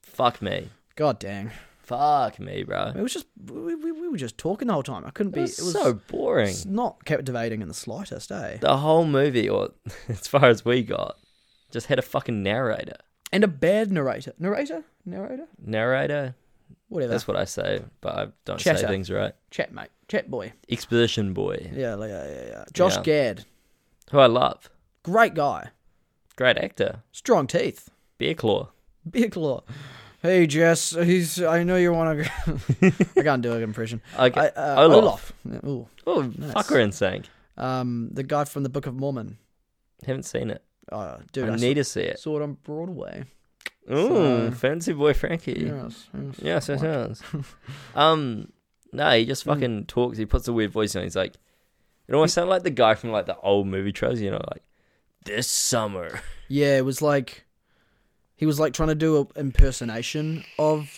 Speaker 2: Fuck me.
Speaker 1: God dang,
Speaker 2: Fuck me, bro.
Speaker 1: it was just we, we, we were just talking the whole time. I couldn't
Speaker 2: Uh. It
Speaker 1: be.
Speaker 2: was, so boring.
Speaker 1: it's not captivating in the slightest, eh?
Speaker 2: The whole movie, or as far as we got, just had a fucking narrator.
Speaker 1: and a bad narrator. Narrator? Narrator?
Speaker 2: Narrator.
Speaker 1: Whatever.
Speaker 2: That's what I say, but I don't say
Speaker 1: Chatter.
Speaker 2: things right.
Speaker 1: Chat mate. Chat boy.
Speaker 2: Exposition boy,
Speaker 1: Yeah, like, yeah, yeah, yeah. Josh
Speaker 2: Yeah.
Speaker 1: Gad.
Speaker 2: who I love,
Speaker 1: Great guy.
Speaker 2: great actor,
Speaker 1: Strong teeth.
Speaker 2: beer claw.
Speaker 1: Big claw. Hey Jess, he's I know you wanna go I can't do an impression.
Speaker 2: Okay.
Speaker 1: I, uh,
Speaker 2: Olaf.
Speaker 1: Olaf. Yeah, ooh.
Speaker 2: oh,
Speaker 1: nice.
Speaker 2: fuck, we're in sync.
Speaker 1: Um the guy from the Book of Mormon.
Speaker 2: Haven't seen it.
Speaker 1: Oh dude, I,
Speaker 2: I
Speaker 1: s-
Speaker 2: need to see it.
Speaker 1: saw it on Broadway.
Speaker 2: Ooh,
Speaker 1: So-
Speaker 2: fancy boy Frankie.
Speaker 1: Yes, yes.
Speaker 2: Yes, yes,
Speaker 1: What?
Speaker 2: yes. um, no, he
Speaker 1: Hmm.
Speaker 2: just fucking talks. He puts a weird voice on. He's like, it almost sounded like the guy from like the old movie trailers, you know, like this summer.
Speaker 1: Yeah, it was like he was like trying to do an impersonation of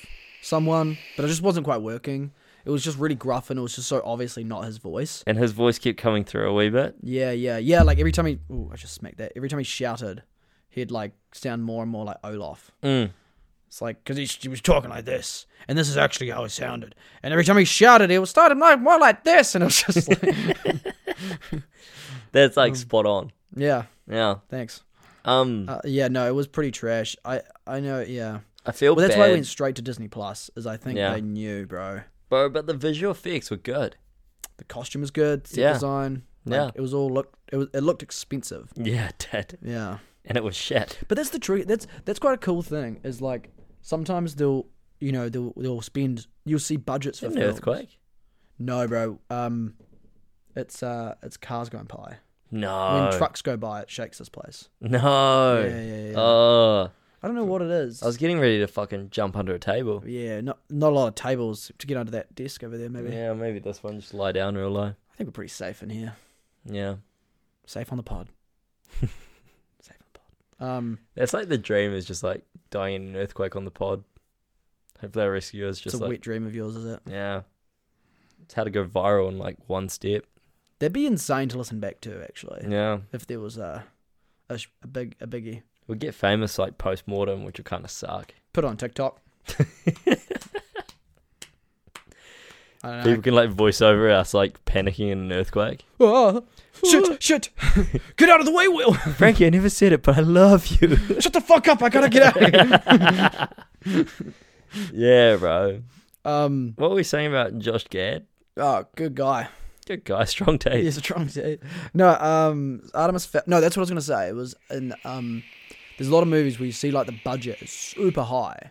Speaker 1: someone, but it just wasn't quite working. It was just really gruff, and it was just so obviously not his voice.
Speaker 2: And his voice kept coming through a wee bit.
Speaker 1: Yeah, yeah, yeah. Like every time he, ooh, I just smacked that. Every time he shouted, he'd like sound more and more like Olaf.
Speaker 2: Mm.
Speaker 1: It's like because he, he was talking like this, and this is actually how it sounded. And every time he shouted, it was starting like more like this, and it was just like,
Speaker 2: That's like spot on.
Speaker 1: yeah,
Speaker 2: Yeah.
Speaker 1: thanks.
Speaker 2: Um,
Speaker 1: Hmm. Uh, yeah, no, it was pretty trash. I, I know, yeah.
Speaker 2: I feel
Speaker 1: Well, that's
Speaker 2: bad,
Speaker 1: why I went straight to Disney Plus, is I think
Speaker 2: Yeah.
Speaker 1: they knew, bro.
Speaker 2: bro, but the visual effects were good.
Speaker 1: the costume was good, set
Speaker 2: Yeah.
Speaker 1: design. Like,
Speaker 2: Yeah.
Speaker 1: it was all looked it was it looked expensive.
Speaker 2: Yeah, it did.
Speaker 1: Yeah,
Speaker 2: And it was shit.
Speaker 1: but that's the trick. That's that's quite a cool thing. Is like sometimes they'll you know they'll they'll spend you'll see budgets for
Speaker 2: An
Speaker 1: films.
Speaker 2: earthquake.
Speaker 1: No, bro. Um, it's uh it's cars going by.
Speaker 2: No.
Speaker 1: When
Speaker 2: Oh.
Speaker 1: trucks go by, it shakes this place.
Speaker 2: no.
Speaker 1: Yeah, yeah, yeah.
Speaker 2: Oh,
Speaker 1: I don't know what it is.
Speaker 2: I was getting ready to fucking jump under a table.
Speaker 1: yeah, not not a lot of tables to get under that desk over there. Maybe
Speaker 2: Yeah, maybe this one just lie down real low.
Speaker 1: I think we're pretty safe in here.
Speaker 2: Yeah.
Speaker 1: Safe on the pod. safe on the pod. Um,
Speaker 2: That's like the dream is just like dying in an earthquake on the pod. Hopefully our rescuers
Speaker 1: it's
Speaker 2: just
Speaker 1: a
Speaker 2: like
Speaker 1: wet dream of yours, is it?
Speaker 2: Yeah. It's how to go viral in like one step.
Speaker 1: That'd be insane to listen back to, actually.
Speaker 2: Yeah.
Speaker 1: If there was a, a sh- a big a biggie,
Speaker 2: We'll get famous like post mortem, which will kinda suck.
Speaker 1: put it on TikTok. I don't know.
Speaker 2: People can like voice over us like panicking in an earthquake.
Speaker 1: Ah, shit! Shit! get out of the way, Will!
Speaker 2: Uh. Frankie, I never said it, but I love you.
Speaker 1: Shut the fuck up! I gotta get out. of here.
Speaker 2: yeah, bro.
Speaker 1: Um.
Speaker 2: What were we saying about Josh Gad?
Speaker 1: Oh, good guy.
Speaker 2: Good guy, strong tape.
Speaker 1: He's a strong dude. No. Um. Artemis. Fa- no, that's what I was gonna say. It was in. Um. There's a lot of movies where you see like the budget is super high,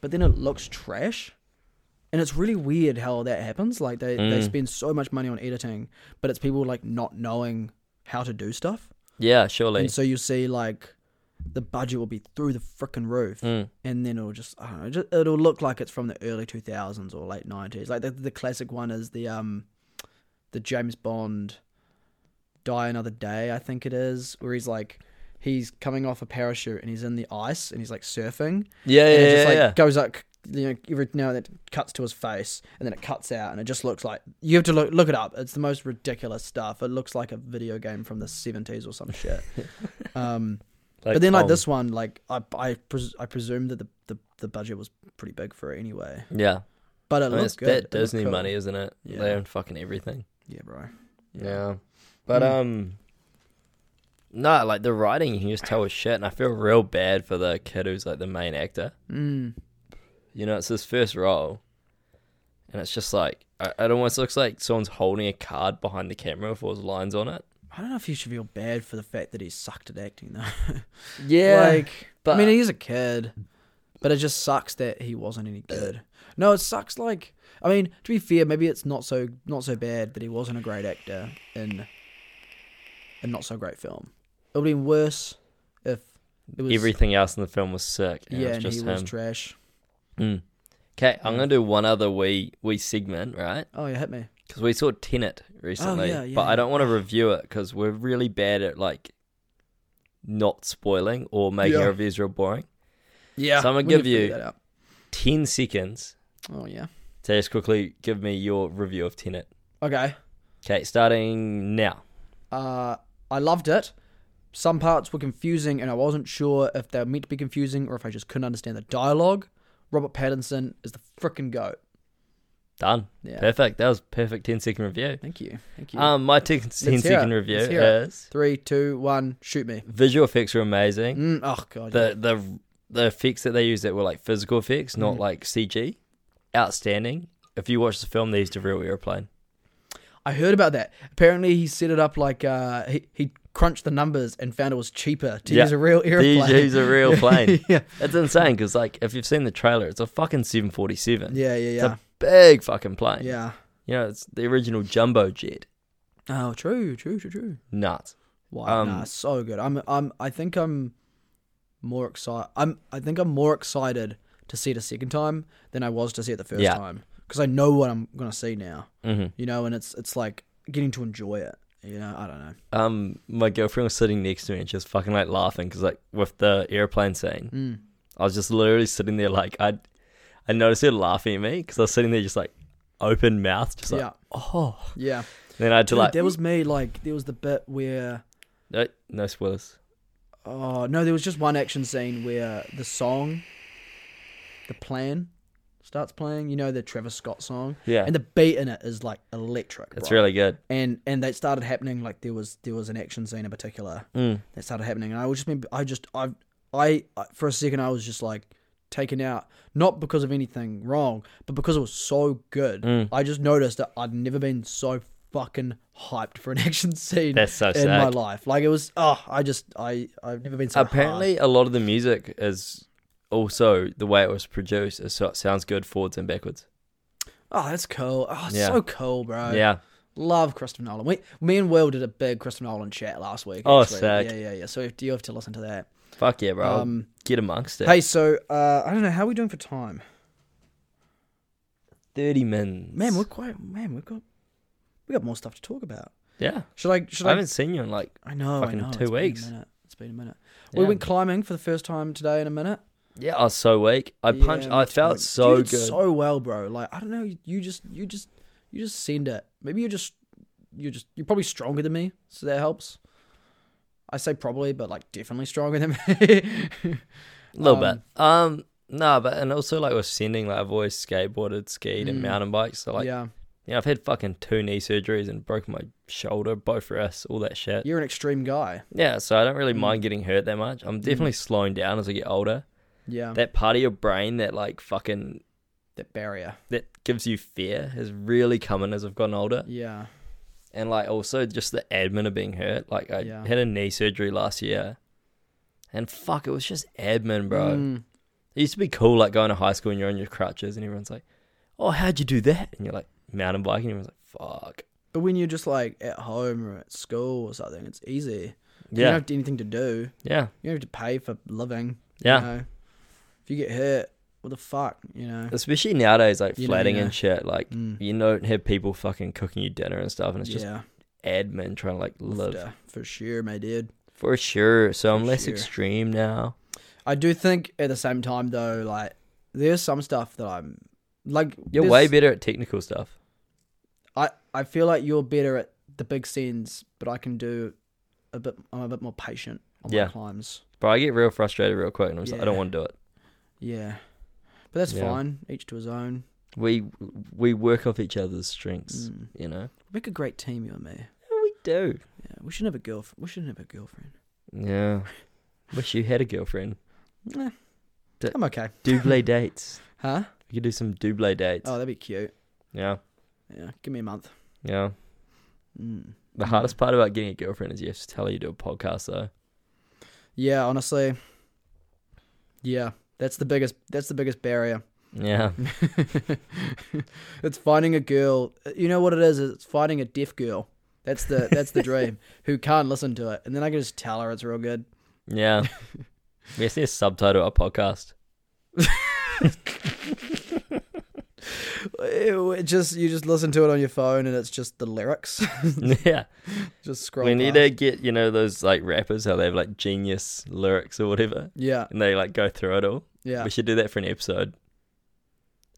Speaker 1: but then it looks trash. And it's really weird how that happens. Like they, they
Speaker 2: Mm.
Speaker 1: spend so much money on editing, but it's people like not knowing how to do stuff.
Speaker 2: Yeah, surely.
Speaker 1: And so you see like the budget will be through the frickin' roof,
Speaker 2: Mm.
Speaker 1: and then it'll just I don't know, ju- it'll look like it's from the early two thousands or late nineties. Like the, the classic one is the um the James Bond Die Another Day, I think it is, where he's like he's coming off a parachute and he's in the ice and he's like surfing,
Speaker 2: Yeah, yeah,
Speaker 1: and it
Speaker 2: yeah.
Speaker 1: just like
Speaker 2: yeah.
Speaker 1: goes up you know every now and then it cuts to his face and then it cuts out and it just looks like you have to look look it up it's the most ridiculous stuff it looks like a video game from the 70s or some shit um but then like
Speaker 2: Tom.
Speaker 1: this one like i i, pres- I presume that the, the the budget was pretty big for it anyway
Speaker 2: oh. Yeah.
Speaker 1: but it
Speaker 2: I mean, it's
Speaker 1: looks good It
Speaker 2: that
Speaker 1: looked
Speaker 2: Disney
Speaker 1: cool.
Speaker 2: money, isn't it?
Speaker 1: Yeah.
Speaker 2: They own fucking everything.
Speaker 1: yeah bro
Speaker 2: Yeah. But
Speaker 1: Mm.
Speaker 2: um No, like the writing you can just tell is shit and I feel real bad for the kid who's like the main actor.
Speaker 1: mm.
Speaker 2: You know, it's his first role. And it's just like I- it almost looks like someone's holding a card behind the camera with all his lines on it.
Speaker 1: i don't know if you should feel bad for the fact that he sucked at acting though
Speaker 2: Like,
Speaker 1: like
Speaker 2: but
Speaker 1: I mean, he's a kid, but it just sucks that he wasn't any good. No, it sucks. Like, I mean, to be fair, maybe it's not so not so bad that he wasn't a great actor in a not so great film. It would have been worse if it was
Speaker 2: everything else in the film was sick. And
Speaker 1: Yeah,
Speaker 2: it was
Speaker 1: and
Speaker 2: just
Speaker 1: he was
Speaker 2: him. Hmm.
Speaker 1: trash.
Speaker 2: okay, I'm gonna do one other wee wee segment, right?
Speaker 1: Oh, you hit me.
Speaker 2: because we saw Tenet recently,
Speaker 1: Oh, yeah, yeah,
Speaker 2: but I
Speaker 1: yeah.
Speaker 2: don't want to review it because we're really bad at like not spoiling or making
Speaker 1: Yeah.
Speaker 2: our reviews real boring.
Speaker 1: Yeah,
Speaker 2: So I'm gonna
Speaker 1: we can
Speaker 2: give you-
Speaker 1: figure that out.
Speaker 2: Ten seconds
Speaker 1: Oh yeah.
Speaker 2: to just quickly give me your review of Tenet.
Speaker 1: Okay.
Speaker 2: Okay, starting now.
Speaker 1: Uh, I loved it. Some parts were confusing, and I wasn't sure if they were meant to be confusing or if I just couldn't understand the dialogue. Robert Pattinson is the frickin' goat.
Speaker 2: Done.
Speaker 1: Yeah.
Speaker 2: Perfect. That was perfect 10 second review.
Speaker 1: Thank you. Thank you.
Speaker 2: Um, my 10 10
Speaker 1: hear
Speaker 2: second
Speaker 1: it.
Speaker 2: review
Speaker 1: Let's hear it.
Speaker 2: is
Speaker 1: Three, two, one, shoot me.
Speaker 2: visual effects are amazing.
Speaker 1: Mm, oh god.
Speaker 2: The the the effects that they used that were like physical effects, not
Speaker 1: Mm.
Speaker 2: like CG, outstanding. If you watch the film, they used a real airplane.
Speaker 1: I heard about that. Apparently, he set it up like uh, he he crunched the numbers and found it was cheaper to
Speaker 2: Yeah.
Speaker 1: use a real
Speaker 2: They
Speaker 1: airplane.
Speaker 2: used- They use a real plane.
Speaker 1: yeah,
Speaker 2: It's insane because like if you've seen the trailer, it's a fucking 747.
Speaker 1: yeah, yeah,
Speaker 2: It's
Speaker 1: yeah,
Speaker 2: a big fucking plane.
Speaker 1: yeah.
Speaker 2: You know, it's the original jumbo jet.
Speaker 1: Oh, true, true, true, true.
Speaker 2: Nuts.
Speaker 1: Wow,
Speaker 2: Um,
Speaker 1: nah, so good. I'm, I'm, I think I'm more excited. I'm, I think I'm more excited to see it a second time than I was to see it the first
Speaker 2: Yeah.
Speaker 1: time because I know what I'm gonna see now.
Speaker 2: hmm
Speaker 1: You know, and it's it's like getting to enjoy it. You know, I don't know.
Speaker 2: Um, my girlfriend was sitting next to me and she was fucking like laughing because like with the airplane scene,
Speaker 1: Mm.
Speaker 2: I was just literally sitting there like I, I noticed her laughing at me because I was sitting there just like open mouth, just like
Speaker 1: yeah,
Speaker 2: oh.
Speaker 1: yeah.
Speaker 2: Then I had to
Speaker 1: Dude,
Speaker 2: like
Speaker 1: there was me. Like there was the bit where.
Speaker 2: no, no spoilers.
Speaker 1: Oh no, there was just one action scene where the song, the plan, starts playing. You know the Trevor Scott song,
Speaker 2: Yeah,
Speaker 1: and the beat in it is like electric.
Speaker 2: it's
Speaker 1: bro.
Speaker 2: really good.
Speaker 1: and and that started happening. Like there was there was an action scene in particular
Speaker 2: Mm.
Speaker 1: that started happening, and I was just been I just I I I- for a second I was just like taken out, not because of anything wrong, but because it was so good.
Speaker 2: Mm.
Speaker 1: I just noticed that I'd never been so fucking hyped for an action scene
Speaker 2: That's so
Speaker 1: in my
Speaker 2: sad.
Speaker 1: life. Like it was, oh, I just, I, I've never been so.
Speaker 2: Apparently, a lot of the music is also the way it was produced. Is so it sounds good forwards and backwards.
Speaker 1: hard. oh, that's cool. Oh, it's
Speaker 2: Yeah.
Speaker 1: so cool, bro.
Speaker 2: yeah,
Speaker 1: love Christopher Nolan. We, me and Will did a big Christopher Nolan chat last week.
Speaker 2: Oh,
Speaker 1: actually.
Speaker 2: sick.
Speaker 1: Yeah, yeah, yeah. So if, you have to listen to that.
Speaker 2: fuck yeah, bro.
Speaker 1: Um,
Speaker 2: Get amongst it.
Speaker 1: Hey, so uh, I don't know how are we doing for time.
Speaker 2: Thirty minutes,
Speaker 1: Man, we're quite. Man, we've got we got more stuff to talk about.
Speaker 2: yeah,
Speaker 1: Should I? Should
Speaker 2: I
Speaker 1: I?
Speaker 2: haven't seen you in like
Speaker 1: I know. I
Speaker 2: fucking
Speaker 1: know. it's
Speaker 2: two
Speaker 1: been a
Speaker 2: weeks.
Speaker 1: minute. It's been a minute.
Speaker 2: yeah.
Speaker 1: We went climbing for the first time today in a minute.
Speaker 2: Yeah, I was so weak. I
Speaker 1: Yeah,
Speaker 2: punched.
Speaker 1: me
Speaker 2: I
Speaker 1: too.
Speaker 2: felt
Speaker 1: Dude,
Speaker 2: so
Speaker 1: you
Speaker 2: good.
Speaker 1: did so well, bro. Like I don't know, you, you just, you just, you just send it. Maybe you're just, you're just, you're probably stronger than me, so that helps. I say probably, but like definitely stronger than me.
Speaker 2: A little
Speaker 1: Um,
Speaker 2: bit. Um, no, but and also like with sending, like I've always skateboarded, skied, and
Speaker 1: Mm.
Speaker 2: mountain biked. So like, yeah.
Speaker 1: yeah,
Speaker 2: you know, I've had fucking two knee surgeries and broken my shoulder, both wrists, all that shit. Yeah.
Speaker 1: you're an extreme guy.
Speaker 2: so I don't really
Speaker 1: Mm.
Speaker 2: mind getting hurt that much. I'm definitely slowing down as I get older.
Speaker 1: Yeah, that,
Speaker 2: Um, That part of your brain that like fucking
Speaker 1: barrier.
Speaker 2: that gives you fear has really come in as I've gotten older.
Speaker 1: Yeah,
Speaker 2: And like also just the admin of being hurt. Like I
Speaker 1: Yeah.
Speaker 2: had a knee surgery last year. And fuck, it was just admin, bro.
Speaker 1: Mm,
Speaker 2: It used to be cool, like going to high school and you're on your crutches, and everyone's like, "Oh, how'd you do that?" And you're like, "Mountain biking." And everyone's like, "Fuck."
Speaker 1: but when you're just like at home or at school or something, it's easy. You
Speaker 2: Yeah,
Speaker 1: don't have to- anything to do.
Speaker 2: yeah,
Speaker 1: You don't have to pay for living.
Speaker 2: yeah.
Speaker 1: You know? If you get hurt, what the fuck, you know?
Speaker 2: Especially nowadays, like
Speaker 1: You know,
Speaker 2: flatting
Speaker 1: you know.
Speaker 2: and shit. Like
Speaker 1: Mm.
Speaker 2: you don't have people fucking cooking you dinner and stuff, and it's just
Speaker 1: yeah,
Speaker 2: admin trying to like live
Speaker 1: Lifter, for sure, my dude.
Speaker 2: for sure. So I'm
Speaker 1: For
Speaker 2: less
Speaker 1: sure.
Speaker 2: extreme now.
Speaker 1: I do think at the same time though, like there's some stuff that I'm like
Speaker 2: You're
Speaker 1: there's-
Speaker 2: way better at technical stuff.
Speaker 1: I I feel like you're better at the big scenes, but I can do a bit. I'm a bit more patient on
Speaker 2: Yeah.
Speaker 1: my climbs.
Speaker 2: But I get real frustrated real quick, and I'm just like, I don't
Speaker 1: Yeah.
Speaker 2: want to do it.
Speaker 1: Yeah, but that's
Speaker 2: Yeah.
Speaker 1: fine. Each to his own.
Speaker 2: We we work off each other's strengths,
Speaker 1: Mm.
Speaker 2: you know.
Speaker 1: Make a great team, you and me.
Speaker 2: We do.
Speaker 1: Yeah, we should have a girlf. We should have a girlfriend.
Speaker 2: Yeah. Wish you had a girlfriend.
Speaker 1: Nah,
Speaker 2: D-
Speaker 1: I'm okay.
Speaker 2: Double dates.
Speaker 1: Huh?
Speaker 2: We could do some double dates.
Speaker 1: Oh, that'd be cute.
Speaker 2: Yeah,
Speaker 1: Yeah, give me a month.
Speaker 2: yeah.
Speaker 1: Mm.
Speaker 2: The
Speaker 1: Mm.
Speaker 2: hardest part about getting a girlfriend is you have to tell her you do a podcast, though.
Speaker 1: Yeah, honestly. Yeah, that's the biggest. That's the biggest barrier.
Speaker 2: Yeah,
Speaker 1: it's finding a girl. You know what it is? It's finding a deaf girl. That's the that's the dream. Who can't listen to it, and then I can just tell her it's real good.
Speaker 2: yeah. we have to subtitle our podcast.
Speaker 1: Ew, It just you just listen to it on your phone, and it's just the lyrics.
Speaker 2: yeah,
Speaker 1: just scroll.
Speaker 2: we need
Speaker 1: past.
Speaker 2: to get you know those like rappers how they have like genius lyrics or whatever,
Speaker 1: Yeah,
Speaker 2: and they like go through it all.
Speaker 1: yeah.
Speaker 2: We should do that for an episode.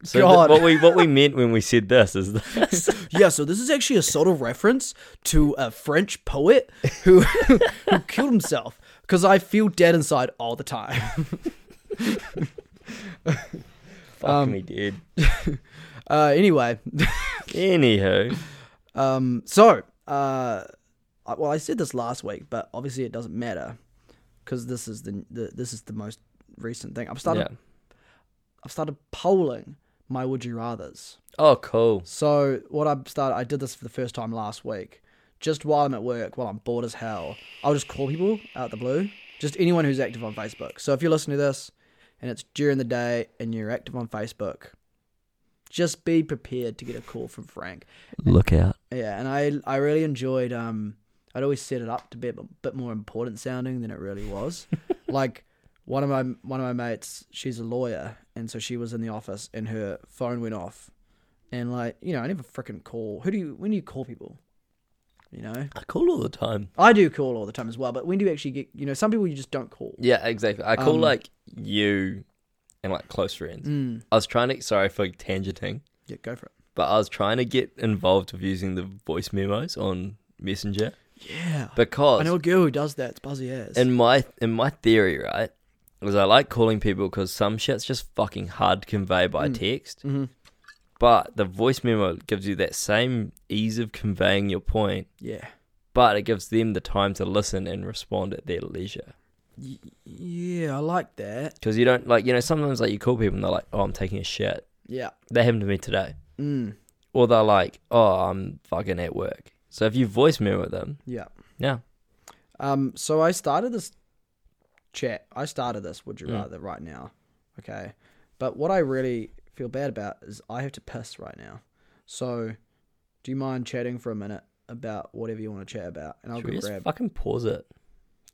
Speaker 2: So th-
Speaker 1: God.
Speaker 2: what we what we meant when we said this is this.
Speaker 1: Yeah, so this is actually a sort of reference to a French poet who who killed himself because I feel dead inside all the time.
Speaker 2: Fuck
Speaker 1: Um,
Speaker 2: me, dude.
Speaker 1: Uh, anyway,
Speaker 2: Anywho,
Speaker 1: Um, so, uh, I- well, I said this last week, but obviously it doesn't matter because this is the, the this is the most recent thing. I've started
Speaker 2: yeah.
Speaker 1: I've started polling my would you rather's.
Speaker 2: Oh, cool.
Speaker 1: So what I've started, I did this for the first time last week. Just while I'm at work, while I'm bored as hell, I'll just call people out the blue. Just anyone who's active on Facebook. So if you're listening to this, and it's during the day, and you're active on Facebook, just be prepared to get a call from Frank.
Speaker 2: Look out.
Speaker 1: Yeah, and I I really enjoyed. Um, I'd always set it up to be a bit bit more important sounding than it really was. like one of my one of my mates, she's a lawyer, and so she was in the office, and her phone went off, and like you know, I never freaking call. Who do you when do you call people? You know,
Speaker 2: I call all the time.
Speaker 1: I do call all the time as well, but when do you actually get? You know, some people you just don't call.
Speaker 2: Yeah, exactly. I call
Speaker 1: Um,
Speaker 2: like you and like close friends.
Speaker 1: Mm.
Speaker 2: I was trying to sorry for tangenting,
Speaker 1: Yeah, go for it.
Speaker 2: but I was trying to get involved with using the voice memos on Messenger
Speaker 1: Yeah,
Speaker 2: because
Speaker 1: I know a girl who does that. It's buzzy as.
Speaker 2: in my in my theory, right, was I like calling people because some shit's just fucking hard to convey by text.
Speaker 1: Mhm.
Speaker 2: But the voice memo gives you that same ease of conveying your point,
Speaker 1: yeah,
Speaker 2: but it gives them the time to listen and respond at their leisure.
Speaker 1: Y- yeah, I like that.
Speaker 2: Because you don't like, you know, sometimes like you call people and they're like, "Oh, I'm taking a shit."
Speaker 1: Yeah.
Speaker 2: That happened to me today.
Speaker 1: Mm.
Speaker 2: Or they're like, "Oh, I'm fucking at work." So if you voice memo them,
Speaker 1: Yeah.
Speaker 2: yeah,
Speaker 1: Um, so I started this chat. I started this would you
Speaker 2: Mm.
Speaker 1: rather right now. Okay. But what I really feel bad about is I have to piss right now. So do you mind chatting for a minute about whatever you want to chat about? And I'll
Speaker 2: should we
Speaker 1: go
Speaker 2: just
Speaker 1: grab.
Speaker 2: fucking pause it?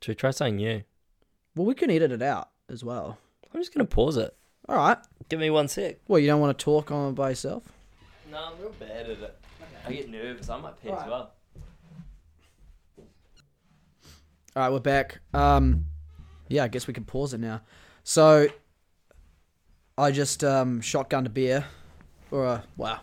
Speaker 2: Should we try something new?
Speaker 1: Well, we can edit it out as well.
Speaker 2: I'm just gonna pause it.
Speaker 1: All right.
Speaker 2: Give me one sec.
Speaker 1: Well, you don't want to talk on by yourself?
Speaker 2: No, I'm real bad at it. I get nervous. I might pee
Speaker 1: as Alright.
Speaker 2: well.
Speaker 1: All right, we're back. Um, yeah, I guess we can pause it now. So, I just um, shotgunned a beer, or a wow,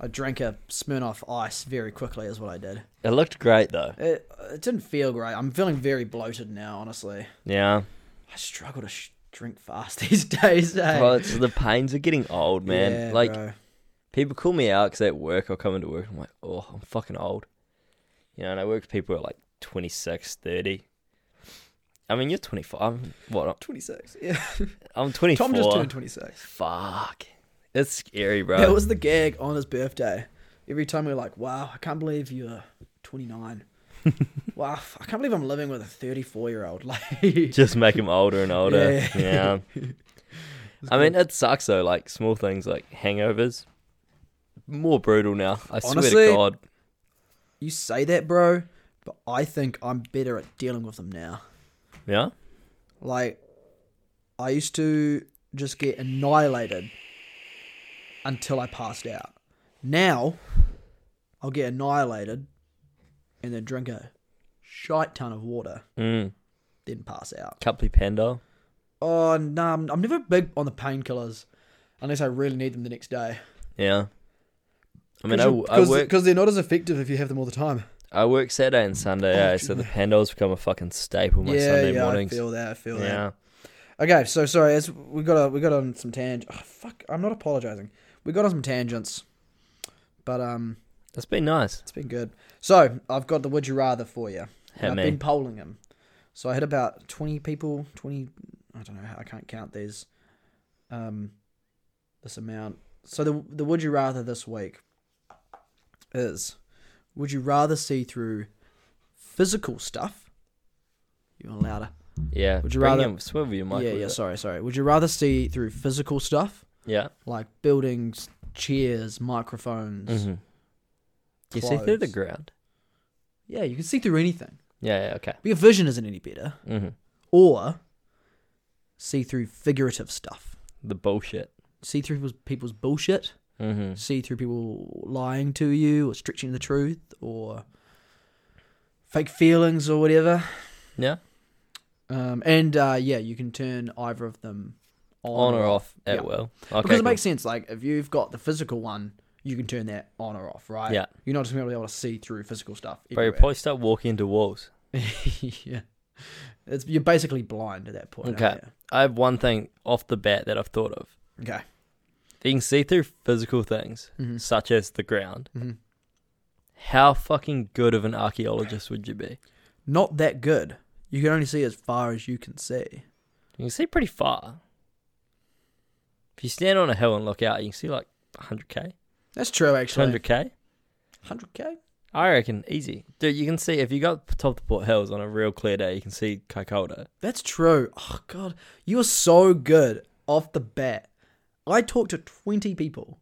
Speaker 1: I drank a Smirnoff Ice very quickly, is what I did.
Speaker 2: It looked great though.
Speaker 1: It, it didn't feel great. I'm feeling very bloated now, honestly.
Speaker 2: Yeah.
Speaker 1: I struggle to sh- drink fast these days. Eh?
Speaker 2: Well, it's the pains of getting old, man.
Speaker 1: Yeah,
Speaker 2: like
Speaker 1: bro.
Speaker 2: people call me out because at work I'll come into work. I'm like, oh, I'm fucking old. You know, and I work with people who are like 26, 30. I mean, you're 25. I'm what? I'm-
Speaker 1: 26. Yeah,
Speaker 2: I'm 24.
Speaker 1: Tom just turned 26.
Speaker 2: Fuck. It's scary, bro.
Speaker 1: That was the gag on his birthday. Every time we are like, wow, I can't believe you're 29. wow, I can't believe I'm living with a 34 year old. Like,
Speaker 2: Just make him older and older.
Speaker 1: Yeah.
Speaker 2: yeah. I mean, it sucks though. Like small things like hangovers, more brutal now. I swear
Speaker 1: Honestly,
Speaker 2: to God.
Speaker 1: you say that, bro, but I think I'm better at dealing with them now.
Speaker 2: Yeah.
Speaker 1: Like, I used to just get annihilated until I passed out. Now, I'll get annihilated and then drink a shite ton of water,
Speaker 2: Mm.
Speaker 1: then pass out.
Speaker 2: Coupley Pando.
Speaker 1: Oh no, I'm, I'm never big on the painkillers unless I really need them the next day.
Speaker 2: Yeah. I mean, I,
Speaker 1: Cause you-
Speaker 2: I
Speaker 1: cause-
Speaker 2: work.
Speaker 1: cause they're not as effective if you have them all the time.
Speaker 2: I work Saturday and Sunday, eh, so the pando's become a fucking staple my
Speaker 1: Oh, yeah,
Speaker 2: Sunday
Speaker 1: yeah,
Speaker 2: mornings.
Speaker 1: I feel that. I feel
Speaker 2: yeah,
Speaker 1: that. Okay, so sorry, it's, we got a, we got on some tangent. Oh, fuck, I'm not apologizing. We got on some tangents, but um,
Speaker 2: it's been nice.
Speaker 1: it's been good. So I've got the would you rather for you. And
Speaker 2: Hit
Speaker 1: I've
Speaker 2: me.
Speaker 1: been polling them, so I had about 20 people, 20. I don't know. I can't count these. Um, this amount. So the the would you rather this week is would you rather see through physical stuff? You want louder?
Speaker 2: Yeah.
Speaker 1: Would you
Speaker 2: Bring
Speaker 1: rather-
Speaker 2: him- swivel your mic?
Speaker 1: yeah,
Speaker 2: with
Speaker 1: yeah.
Speaker 2: it.
Speaker 1: Sorry, sorry. Would you rather see through physical stuff
Speaker 2: yeah.
Speaker 1: like buildings, chairs, microphones?
Speaker 2: Mm-hmm. You see through the
Speaker 1: Clothes.
Speaker 2: ground.
Speaker 1: Yeah, you can see through anything.
Speaker 2: Yeah. yeah okay.
Speaker 1: But your vision isn't any better.
Speaker 2: Mm-hmm.
Speaker 1: Or see through figurative stuff.
Speaker 2: The bullshit.
Speaker 1: See through people's, people's bullshit.
Speaker 2: Mm-hmm.
Speaker 1: See through people lying to you or stretching the truth or fake feelings or whatever.
Speaker 2: Yeah.
Speaker 1: Um, and uh, yeah, you can turn either of them
Speaker 2: On or off at
Speaker 1: Yeah.
Speaker 2: will. Okay.
Speaker 1: because it
Speaker 2: cool.
Speaker 1: makes sense. Like if you've got the physical one, you can turn that on or off, right?
Speaker 2: Yeah.
Speaker 1: You're not just gonna be able to see through physical stuff.
Speaker 2: Bro, you
Speaker 1: everywhere.
Speaker 2: probably start walking into walls.
Speaker 1: yeah. It's, you're basically blind at that point. aren't
Speaker 2: Okay. I have one thing off the bat that I've thought of.
Speaker 1: you? Okay.
Speaker 2: You can see through physical things,
Speaker 1: Mhm.
Speaker 2: such as the ground.
Speaker 1: Mhm.
Speaker 2: How fucking good of an archaeologist would you be?
Speaker 1: Not that good. You can only see as far as you can see.
Speaker 2: You can see pretty far. If you stand on a hill and look out, you can see like 100k,
Speaker 1: That's true, actually.
Speaker 2: 200k.
Speaker 1: 100K?
Speaker 2: I reckon easy, dude. You can see if you go up top of the Port Hills on a real clear day, you can see Kaikoura.
Speaker 1: That's true. Oh, God. You are so good off the bat. I talked to 20 people.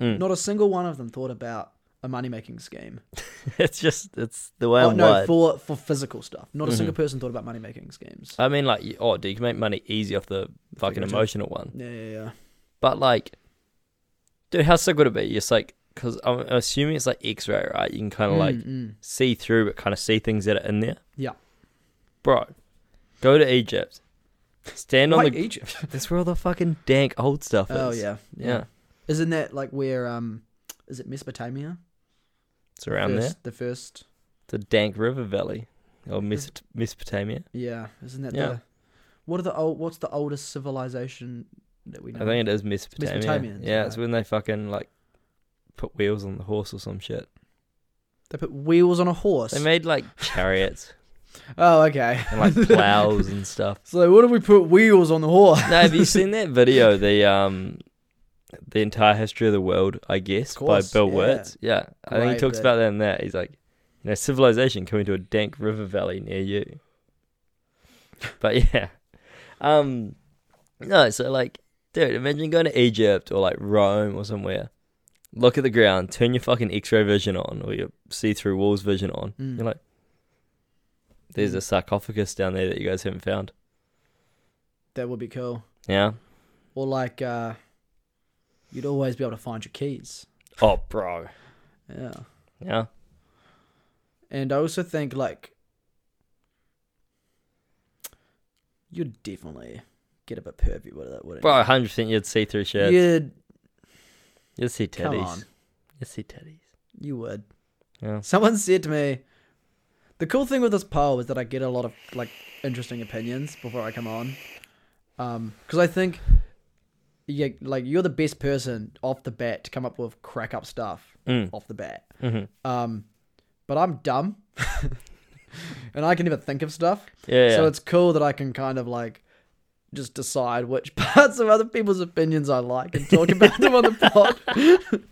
Speaker 2: Mm.
Speaker 1: Not a single one of them thought about a money making scheme.
Speaker 2: it's just it's the way
Speaker 1: Oh,
Speaker 2: I'm
Speaker 1: no,
Speaker 2: wired.
Speaker 1: for, for physical stuff.
Speaker 2: Mm-hmm.
Speaker 1: Not a single person thought about money making schemes.
Speaker 2: I mean, like, you- oh, dude, you can make money easy off the fucking
Speaker 1: Figurative.
Speaker 2: emotional one.
Speaker 1: Yeah, yeah, yeah.
Speaker 2: But like, dude, how sick would it be? It's like, because I'm assuming it's like X-ray, right? You can kind of like
Speaker 1: Mm, mm.
Speaker 2: see through, but kind of see things that are in there.
Speaker 1: Yeah.
Speaker 2: Bro, go to Egypt. Stand on
Speaker 1: Why
Speaker 2: the.
Speaker 1: Egypt?
Speaker 2: That's where all the fucking dank old stuff is.
Speaker 1: oh, yeah.
Speaker 2: yeah,
Speaker 1: Isn't that like where, um, is it Mesopotamia?
Speaker 2: it's around
Speaker 1: first,
Speaker 2: there.
Speaker 1: The first,
Speaker 2: The dank river valley, or Mes- Mesopotamia.
Speaker 1: yeah. Isn't that
Speaker 2: Yeah.
Speaker 1: the, what are the old, what's the oldest civilization that we know?
Speaker 2: I think it is Mesopotamia.
Speaker 1: Mesopotamians,
Speaker 2: yeah, it's
Speaker 1: right.
Speaker 2: when they fucking like put wheels on the horse or some shit.
Speaker 1: They put wheels on a horse.
Speaker 2: They made like chariots
Speaker 1: oh, okay.
Speaker 2: and like plows and stuff.
Speaker 1: So what if we put wheels on the horse?
Speaker 2: No, have you seen that video? The um, the entire history of the world, I guess,
Speaker 1: Of
Speaker 2: by
Speaker 1: course,
Speaker 2: Bill
Speaker 1: yeah.
Speaker 2: Wirtz. Yeah, I think he
Speaker 1: Great
Speaker 2: talks
Speaker 1: bit.
Speaker 2: about that in that. He's like, you know, civilization coming to a dank river valley near you. But yeah, um, no, so like, dude, imagine going to Egypt or like Rome or somewhere. Look at the ground, turn your fucking X-ray vision on or your see-through walls vision on.
Speaker 1: Mm.
Speaker 2: You're like, there's a sarcophagus down there that you guys haven't found.
Speaker 1: That would be cool.
Speaker 2: Yeah.
Speaker 1: Or like, uh, you'd always be able to find your keys.
Speaker 2: Oh, bro.
Speaker 1: Yeah.
Speaker 2: Yeah.
Speaker 1: And I also think like, you'd definitely get a bit pervy with it, wouldn't
Speaker 2: Bro, hundred percent. You'd see through
Speaker 1: you?
Speaker 2: shit.
Speaker 1: You'd
Speaker 2: You'd see
Speaker 1: come
Speaker 2: teddies.
Speaker 1: on.
Speaker 2: You'd see teddies.
Speaker 1: You would.
Speaker 2: Yeah.
Speaker 1: Someone said to me, the cool thing with this poll is that I get a lot of like interesting opinions before I come on, because I think, yeah, like you're the best person off the bat to come up with crack up stuff
Speaker 2: Mm.
Speaker 1: off the bat.
Speaker 2: hmm
Speaker 1: Um, but I'm dumb, and I can never think of stuff.
Speaker 2: Yeah.
Speaker 1: So
Speaker 2: yeah.
Speaker 1: it's cool that I can kind of like just decide which parts of other people's opinions I like and talk about them on the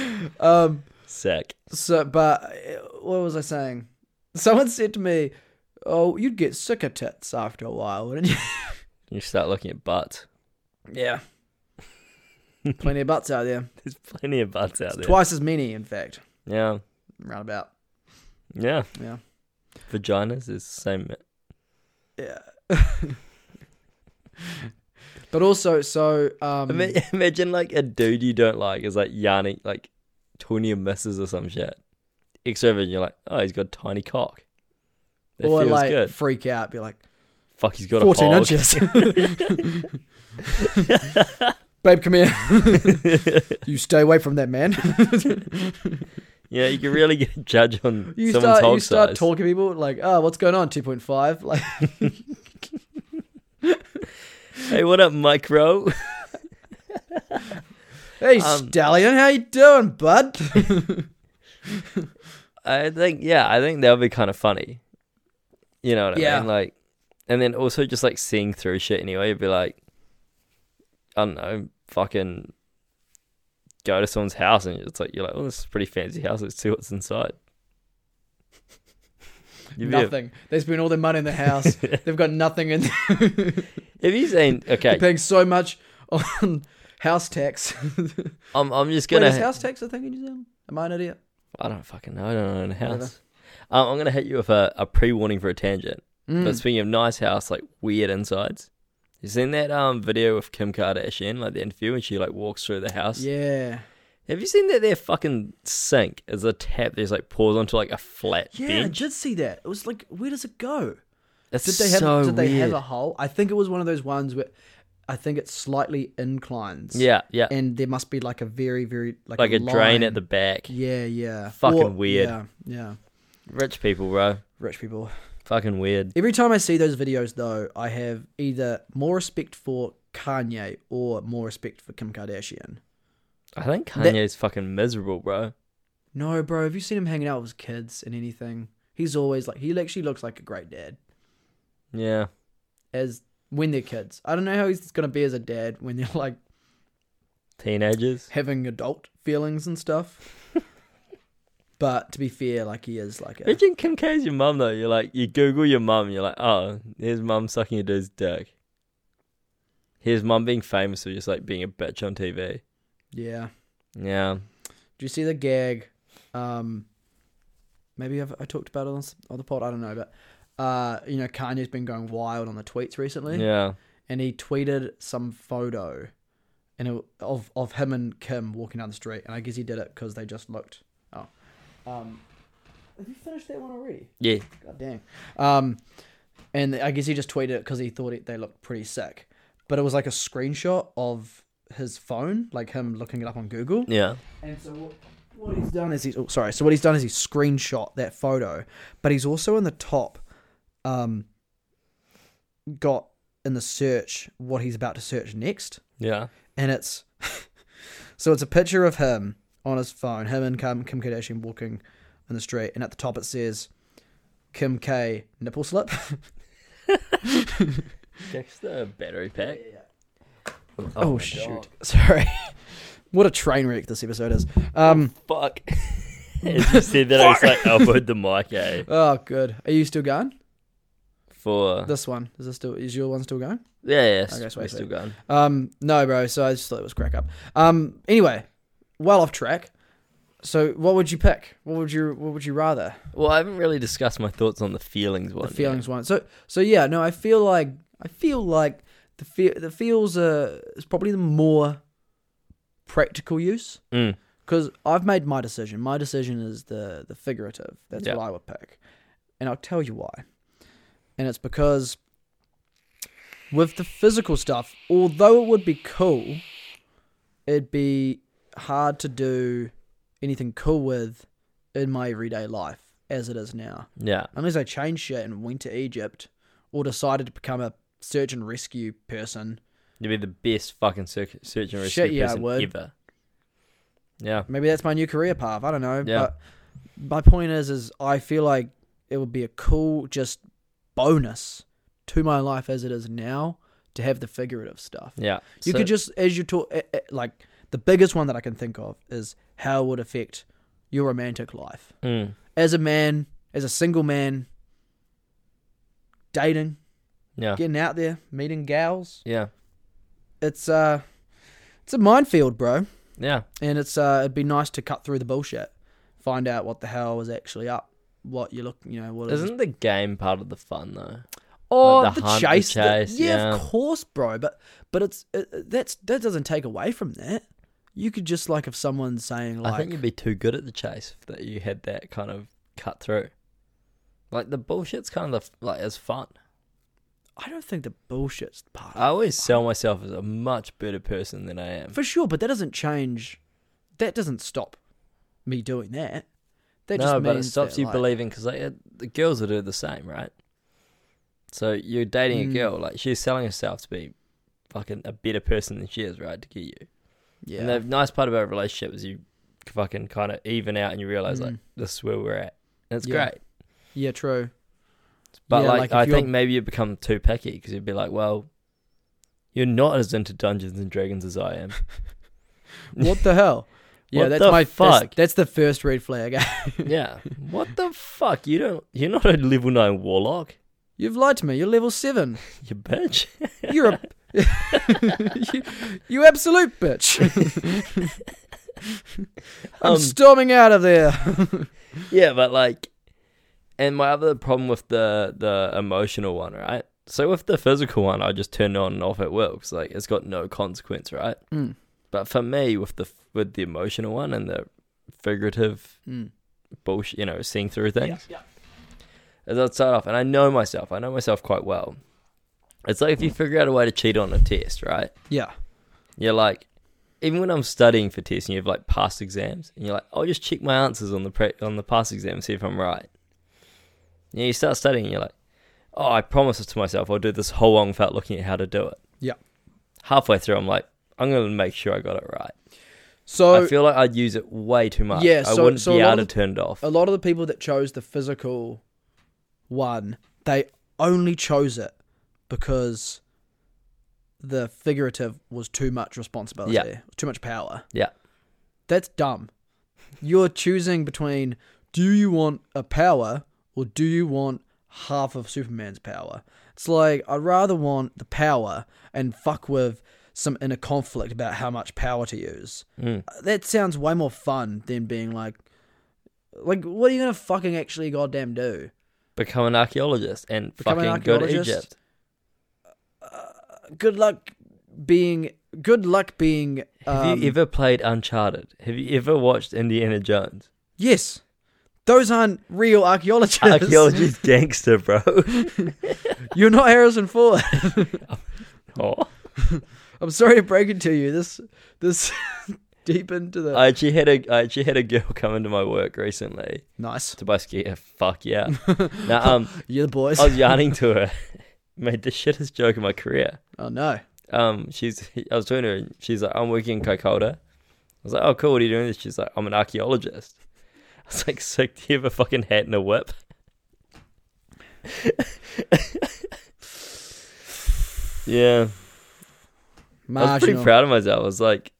Speaker 1: pod. um,
Speaker 2: sick.
Speaker 1: so, but uh, what was I saying? Someone said to me, "Oh, you'd get sick of tits after a while, wouldn't you?"
Speaker 2: You start looking at butts.
Speaker 1: Yeah. Plenty of butts out there.
Speaker 2: There's plenty of butts out there.
Speaker 1: Twice as many, in fact.
Speaker 2: yeah.
Speaker 1: Roundabout.
Speaker 2: Yeah.
Speaker 1: Yeah.
Speaker 2: Vaginas is the same.
Speaker 1: Yeah. but also, so um,
Speaker 2: Ima- Imagine like a dude you don't like is like yarning like twenty of misses or some shit. Extra vision, you're like, oh, he's got a tiny cock. That
Speaker 1: or
Speaker 2: feels
Speaker 1: like
Speaker 2: good.
Speaker 1: freak out, be like
Speaker 2: Fuck, he's got
Speaker 1: fourteen
Speaker 2: a hog.
Speaker 1: inches. Babe, come here. you stay away from that man.
Speaker 2: Yeah, you can really get a judge on
Speaker 1: You
Speaker 2: someone's
Speaker 1: start,
Speaker 2: hog
Speaker 1: you start
Speaker 2: size.
Speaker 1: talking to people like, "Oh, what's going on? Two point five, like."
Speaker 2: hey, what up, micro?
Speaker 1: Hey,
Speaker 2: Um,
Speaker 1: stallion, how you doing, bud?
Speaker 2: I think yeah, I think that would be kind of funny. You know what I
Speaker 1: Yeah.
Speaker 2: mean? Like, and then also just like seeing through shit anyway. You'd be like, I don't know, fucking go to someone's house and it's like you're like, oh, this is a pretty fancy house. Let's see what's inside. You'd be a-
Speaker 1: nothing. They spend all their money in the house. They've got nothing in.
Speaker 2: Have you seen?
Speaker 1: They're
Speaker 2: Okay,
Speaker 1: paying so much on house tax.
Speaker 2: I'm I'm just
Speaker 1: Wait,
Speaker 2: gonna.
Speaker 1: is house tax a thing in New Zealand? Am I an idiot?
Speaker 2: I don't fucking know. I don't own a
Speaker 1: Whatever.
Speaker 2: house. Um, I'm gonna hit you with a, a pre warning for a tangent. But
Speaker 1: Mm.
Speaker 2: speaking of nice house, like weird insides. You seen that um video of Kim Kardashian, like the interview, and she like walks through the house.
Speaker 1: Yeah.
Speaker 2: Have you seen that their fucking sink is a tap that's like pours onto like a flat
Speaker 1: Yeah,
Speaker 2: bench?
Speaker 1: I did see that. It was like, where does it go?
Speaker 2: That's
Speaker 1: Did they have?
Speaker 2: so
Speaker 1: did they
Speaker 2: weird.
Speaker 1: have a hole? I think it was one of those ones where, I think it slightly inclines.
Speaker 2: yeah, yeah,
Speaker 1: And there must be like a very, very like,
Speaker 2: like a drain at
Speaker 1: line.
Speaker 2: the back.
Speaker 1: Yeah, yeah.
Speaker 2: Fucking weird.
Speaker 1: Yeah, yeah.
Speaker 2: Rich people, bro.
Speaker 1: Rich people.
Speaker 2: Fucking weird.
Speaker 1: Every time I see those videos, though, I have either more respect for Kanye or more respect for Kim Kardashian.
Speaker 2: I think
Speaker 1: That-
Speaker 2: Kanye's fucking miserable, bro.
Speaker 1: No, bro, have you seen him hanging out with his kids and anything? He's always like, he actually looks like a great dad,
Speaker 2: Yeah,
Speaker 1: as when they're kids. I don't know how he's going to be as a dad when they're like
Speaker 2: Teenagers.
Speaker 1: having adult feelings and stuff. but to be fair, like he is like a,
Speaker 2: Imagine Kim K's your mum though. You're like, you Google your mum. You're like, oh, here's mum sucking a dude's dick. Here's mum being famous for just like being a bitch on TV.
Speaker 1: yeah.
Speaker 2: Yeah,
Speaker 1: Do you see the gag? Um, maybe I've, I talked about it on, s- on the pod. I don't know, but uh, you know, Kanye's been going wild on the tweets recently,
Speaker 2: yeah.
Speaker 1: and he tweeted some photo, and it, of of him and Kim walking down the street, and I guess he did it because they just looked. Oh, um, have you finished that one already?
Speaker 2: Yeah.
Speaker 1: God dang. Um, and I guess he just tweeted it because he thought it, they looked pretty sick. But it was like a screenshot of his phone, like him looking it up on Google.
Speaker 2: Yeah.
Speaker 1: And so what, what he's done is he's oh, sorry. So what he's done is he's screenshot that photo, but he's also in the top, um, got in the search what he's about to search next,
Speaker 2: Yeah.
Speaker 1: and it's so it's a picture of him on his phone, him and Kim, Kim Kardashian walking in the street, and at the top it says Kim K nipple slip.
Speaker 2: Just a battery pack. Oh,
Speaker 1: Oh,
Speaker 2: my
Speaker 1: shoot,
Speaker 2: God.
Speaker 1: sorry. What a train wreck this episode is. Um,
Speaker 2: Fuck. As you said that, I was like, elbowed the mic, eh?
Speaker 1: oh, good. Are you still going?
Speaker 2: For
Speaker 1: This one is this still is your one still going?
Speaker 2: yeah, yeah.
Speaker 1: Okay,
Speaker 2: we're
Speaker 1: sweet,
Speaker 2: still
Speaker 1: sweet.
Speaker 2: going.
Speaker 1: Um, no, bro. So I just thought it was crack up. Um, anyway, well off track. So what would you pick? What would you What would you rather?
Speaker 2: Well, I haven't really discussed my thoughts on the feelings one.
Speaker 1: The feelings one. So so yeah. No, I feel like I feel like the feel the feels uh is probably the more practical use
Speaker 2: Yet. Mm.
Speaker 1: because I've made my decision. My decision is the the figurative. That's
Speaker 2: Yeah.
Speaker 1: what I would pick, and I'll tell you why. And it's because with the physical stuff, although it would be cool, it'd be hard to do anything cool with in my everyday life as it is now.
Speaker 2: Yeah.
Speaker 1: Unless I changed shit and went to Egypt, or decided to become a search and rescue person.
Speaker 2: You'd be the best fucking search, search and rescue
Speaker 1: Shit, yeah, I
Speaker 2: person
Speaker 1: would.
Speaker 2: ever. Yeah.
Speaker 1: maybe that's my new career path. I don't know.
Speaker 2: Yeah.
Speaker 1: But my point is, is I feel like it would be a cool just bonus to my life as it is now to have the figurative stuff.
Speaker 2: Yeah.
Speaker 1: You
Speaker 2: So-
Speaker 1: could just, as you talk, eh, eh, like the biggest one that I can think of is how it would affect your romantic life
Speaker 2: Mm.
Speaker 1: as a man, as a single man, dating,
Speaker 2: Yeah.
Speaker 1: getting out there, meeting gals.
Speaker 2: Yeah.
Speaker 1: It's uh, it's a minefield, bro.
Speaker 2: Yeah.
Speaker 1: and it's uh, it'd be nice to cut through the bullshit, find out what the hell is actually up, what you look, you know, what is
Speaker 2: Isn't the game part of the fun though?
Speaker 1: oh
Speaker 2: like the hunt, the chase,
Speaker 1: yeah, of
Speaker 2: yeah.
Speaker 1: course, bro. But but it's it, it- that's that doesn't take away from that. You could just like if someone's saying like,
Speaker 2: I think you'd be too good at the chase if that you had that kind of cut through. Like the bullshit's kind of the, like as fun.
Speaker 1: I don't think the bullshit's part
Speaker 2: I always sell myself as a much better person than I am.
Speaker 1: for sure, but that doesn't change. That doesn't stop me doing that. That
Speaker 2: no,
Speaker 1: just
Speaker 2: but it
Speaker 1: means
Speaker 2: stops
Speaker 1: that,
Speaker 2: you
Speaker 1: like,
Speaker 2: believing because like, it- the girls will do the same, right? So you're dating
Speaker 1: Mm.
Speaker 2: a girl, like she's selling herself to be fucking a better person than she is, right, to get you.
Speaker 1: Yeah,
Speaker 2: And the nice part about a relationship is you fucking kind of even out and you realize like
Speaker 1: Mm.
Speaker 2: this is where we're at, and it's
Speaker 1: Yeah.
Speaker 2: great.
Speaker 1: yeah, true.
Speaker 2: But
Speaker 1: Yeah,
Speaker 2: like,
Speaker 1: like, if
Speaker 2: I
Speaker 1: you're-
Speaker 2: think maybe you become too picky because you'd be like, well, you're not as into Dungeons and Dragons as I am.
Speaker 1: What the hell? Yeah,
Speaker 2: What
Speaker 1: that's
Speaker 2: the
Speaker 1: my that's-
Speaker 2: fuck?
Speaker 1: That's, the first red flag.
Speaker 2: yeah. What the fuck? You don't. You're not a level nine warlock.
Speaker 1: You've lied to me. You're level seven.
Speaker 2: You bitch.
Speaker 1: You're a you, you absolute bitch. I'm
Speaker 2: Um,
Speaker 1: storming out of there.
Speaker 2: yeah, but like, and my other problem with the the emotional one, right? So with the physical one, I just turn on and off at will 'cause, like it's got no consequence, right?
Speaker 1: Mm.
Speaker 2: But for me, with the with the emotional one and the figurative
Speaker 1: mm.
Speaker 2: bullshit, you know, seeing through things. as I'd start off, and I know myself, I know myself quite well. It's like if you figure out a way to cheat on a test, right?
Speaker 1: Yeah.
Speaker 2: You're like, even when I'm studying for tests and you have like past exams, and you're like, I'll just check my answers on the pre- on the past exam and see if I'm right. Yeah, you start studying, and you're like, oh, I promised this to myself, I'll do this whole long without looking at how to do it.
Speaker 1: Yeah.
Speaker 2: Halfway through, I'm like, I'm gonna make sure I got it right.
Speaker 1: So
Speaker 2: I feel like I'd use it way too much.
Speaker 1: Yeah,
Speaker 2: I
Speaker 1: so-
Speaker 2: wouldn't
Speaker 1: so a
Speaker 2: be
Speaker 1: lot
Speaker 2: able to
Speaker 1: of-
Speaker 2: turn it off.
Speaker 1: a lot of the people that chose the physical one, they only chose it because the figurative was too much responsibility,
Speaker 2: Yeah.
Speaker 1: too much power.
Speaker 2: Yeah.
Speaker 1: That's dumb. You're choosing between do you want a power or do you want half of Superman's power? It's like I'd rather want the power and fuck with some inner conflict about how much power to use.
Speaker 2: Mm.
Speaker 1: That sounds way more fun than being like like what are you gonna fucking actually goddamn do?
Speaker 2: Become an archaeologist and
Speaker 1: Become an
Speaker 2: fucking go to
Speaker 1: archaeologist?
Speaker 2: Egypt.
Speaker 1: Uh, Good luck being good luck being
Speaker 2: Have
Speaker 1: um,
Speaker 2: you ever played Uncharted? Have you ever watched Indiana Jones?
Speaker 1: Yes. Those aren't real archaeologists.
Speaker 2: Archaeology's gangster, bro.
Speaker 1: You're not Harrison Ford.
Speaker 2: oh.
Speaker 1: I'm sorry to break it to you. This this deep into the
Speaker 2: I actually had a I actually had a girl come into my work recently
Speaker 1: nice.
Speaker 2: to buy ski. yeah, Fuck yeah. now, um,
Speaker 1: You're the boys.
Speaker 2: I was yarning to her. Made the shittest joke of my career.
Speaker 1: oh no.
Speaker 2: Um, she's I was talking to her. And she's like, I'm working in Kokoda. I was like, Oh, cool. What are you doing? She's like, I'm an archaeologist. I was like, Sick. Do you have a fucking hat and a whip? yeah. I was pretty
Speaker 1: Marginal.
Speaker 2: proud of myself. I was like,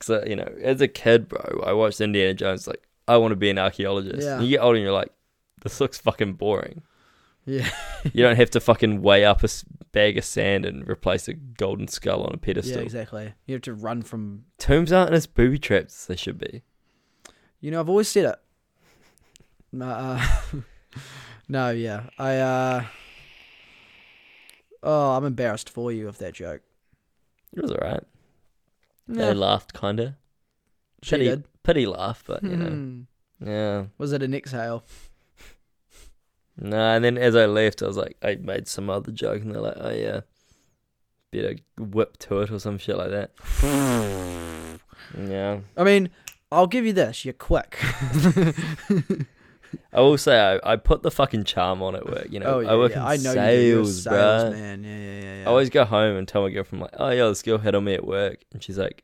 Speaker 2: cause I, you know, as a kid, bro, I watched Indiana Jones. Like, I want to be an archaeologist.
Speaker 1: Yeah.
Speaker 2: And you get older, and you're like, this looks fucking boring.
Speaker 1: Yeah.
Speaker 2: you don't have to fucking weigh up a s- bag of sand and replace a golden skull on a pedestal.
Speaker 1: Yeah, exactly. You have to run from
Speaker 2: Tombs aren't as booby trapped as they should be.
Speaker 1: You know, I've always said it. No, uh, no, yeah. I uh Oh, I'm embarrassed for you of that joke.
Speaker 2: It was alright.
Speaker 1: No,
Speaker 2: They laughed, kinda.
Speaker 1: she
Speaker 2: Pity,
Speaker 1: did.
Speaker 2: pity laugh, but you know,
Speaker 1: Hmm.
Speaker 2: yeah.
Speaker 1: Was it an exhale?
Speaker 2: No, and then as I left, I was like, I made some other joke, and they're like, oh yeah, better whip to it or some shit like that. Yeah,
Speaker 1: I mean, I'll give you this. You're quick.
Speaker 2: I will say I, I put the fucking charm on at work. You know,
Speaker 1: oh yeah,
Speaker 2: I work
Speaker 1: yeah.
Speaker 2: in
Speaker 1: I know you're a
Speaker 2: sales, bruh.
Speaker 1: salesman. Yeah, yeah, yeah, yeah.
Speaker 2: I always go home and tell my girlfriend like, oh yeah, this girl hit on me at work, and she's like,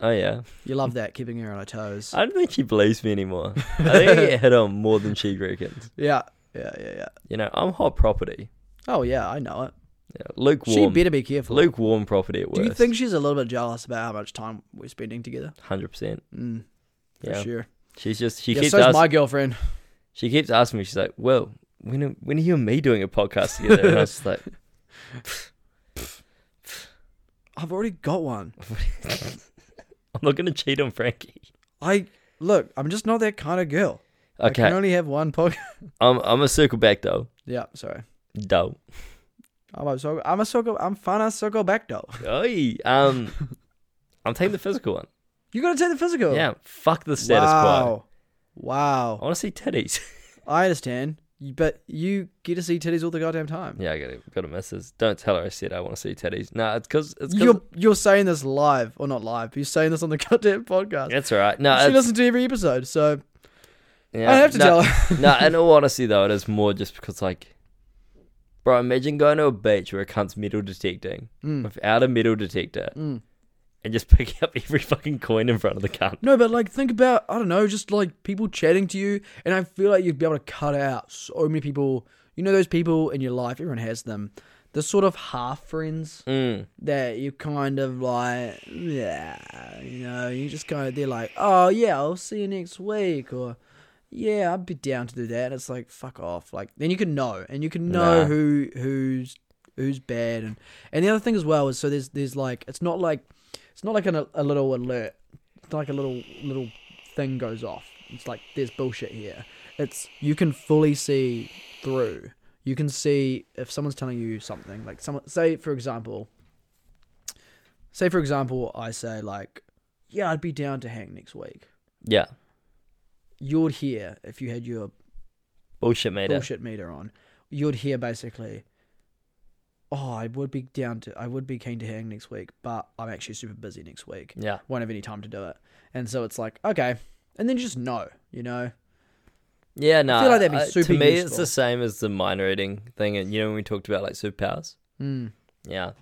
Speaker 2: oh yeah.
Speaker 1: you love that keeping her on her toes.
Speaker 2: I don't think she believes me anymore. I think I get hit on more than she reckons.
Speaker 1: yeah, yeah, yeah, yeah.
Speaker 2: You know, I'm hot property.
Speaker 1: Oh yeah, I know it.
Speaker 2: Yeah,
Speaker 1: She
Speaker 2: lukewarm.
Speaker 1: better be careful.
Speaker 2: lukewarm property at work.
Speaker 1: Do you think she's a little bit jealous about how much time we're spending together?
Speaker 2: Hundred percent.
Speaker 1: Mm, for
Speaker 2: Yeah.
Speaker 1: sure.
Speaker 2: She's just she
Speaker 1: yeah,
Speaker 2: keeps
Speaker 1: so's
Speaker 2: asking.
Speaker 1: my girlfriend.
Speaker 2: She keeps asking me. She's like, "Well, when are, when are you and me doing a podcast together?" And I was just like,
Speaker 1: I've already got one.
Speaker 2: "I'm not gonna cheat on Frankie."
Speaker 1: I look. I'm just not that kind of girl. I
Speaker 2: Okay,
Speaker 1: can only have one podcast.
Speaker 2: I'm I'm a circle back though.
Speaker 1: yeah, sorry.
Speaker 2: Dough.
Speaker 1: I'm a so I'm a so go, I'm fine. I so go back though.
Speaker 2: Oi. Um, I'm taking the physical one.
Speaker 1: You gotta take the physical.
Speaker 2: Yeah. Fuck the status quo.
Speaker 1: Oh. wow. Wow.
Speaker 2: I want to see titties.
Speaker 1: I understand, you- but you get to see titties all the goddamn time.
Speaker 2: yeah, I got to got a missus. Don't tell her I said I want to see titties. No, it's because it's
Speaker 1: You're
Speaker 2: because
Speaker 1: you're saying this live or not live? But you're saying this on the goddamn podcast.
Speaker 2: that's all right. No,
Speaker 1: she
Speaker 2: it's,
Speaker 1: listens to every episode, so
Speaker 2: yeah,
Speaker 1: I have to
Speaker 2: no,
Speaker 1: tell her.
Speaker 2: no, in all honesty though, it is more just because like, bro, imagine going to a beach where a cunt's metal detecting
Speaker 1: Mm.
Speaker 2: without a metal detector.
Speaker 1: Mm.
Speaker 2: and just picking up every fucking coin in front of the cunt.
Speaker 1: No, but like think about I don't know, just like people chatting to you, and I feel like you'd be able to cut out so many people. You know those people in your life, everyone has them. The sort of half friends
Speaker 2: Mm.
Speaker 1: that you kind of like, yeah, you know, you just kind of they're like, oh yeah, I'll see you next week, or yeah, I'd be down to do that. And it's like fuck off, like then you can know, and you can know
Speaker 2: Nah.
Speaker 1: who who's who's bad, and and the other thing as well is so there's there's like it's not like it's not like an, a little alert, it's not like a little little thing goes off. It's like there's bullshit here. It's you can fully see through. You can see if someone's telling you something. Like someone say for example, say for example, I say like, yeah, I'd be down to hang next week.
Speaker 2: Yeah.
Speaker 1: You'd hear if you had your
Speaker 2: Bullshit made
Speaker 1: bullshit meter on. You'd hear basically, oh, I would be down to, I would be keen to hang next week, but I'm actually super busy next week.
Speaker 2: it. Yeah.
Speaker 1: Won't have any time to do it. And so it's like, okay, and then you just know, you know.
Speaker 2: Yeah, no.
Speaker 1: feel like that'd be
Speaker 2: I-
Speaker 1: super
Speaker 2: To me, it's
Speaker 1: useful.
Speaker 2: the same as the mind reading thing. And, you know, when we talked about like superpowers?
Speaker 1: Mm.
Speaker 2: Yeah.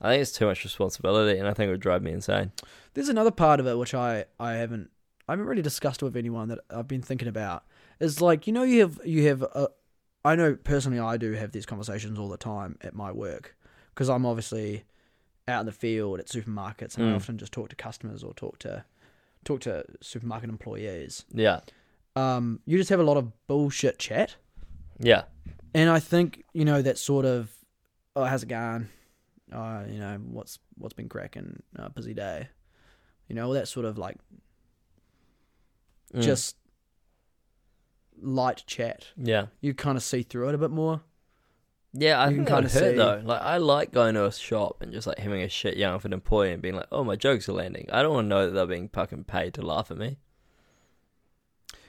Speaker 2: I think it's too much responsibility and I think it would drive me insane.
Speaker 1: There's another part of it which I, I haven't I haven't really discussed with anyone that I've been thinking about. Is like you uh, know you have you have a, I know personally I do have these conversations all the time at my work because I'm obviously out in the field at supermarkets, and I
Speaker 2: Mm.
Speaker 1: often just talk to customers or talk to talk to supermarket employees.
Speaker 2: Yeah.
Speaker 1: Um, you just have a lot of bullshit chat,
Speaker 2: Yeah.
Speaker 1: and I think you know that sort of oh how's it going, uh, you know what's what's been cracking, uh, busy day, you know all that sort of like
Speaker 2: Mm.
Speaker 1: just light chat.
Speaker 2: Yeah.
Speaker 1: You kind of see through it a bit more.
Speaker 2: Yeah, I
Speaker 1: You
Speaker 2: think
Speaker 1: can
Speaker 2: kind
Speaker 1: kinda
Speaker 2: of hurt
Speaker 1: see-
Speaker 2: though. Like I like going to a shop and just like having a shit yarn with an employee and being like, "Oh, my jokes are landing." I don't want to know that they're being fucking paid to laugh at me.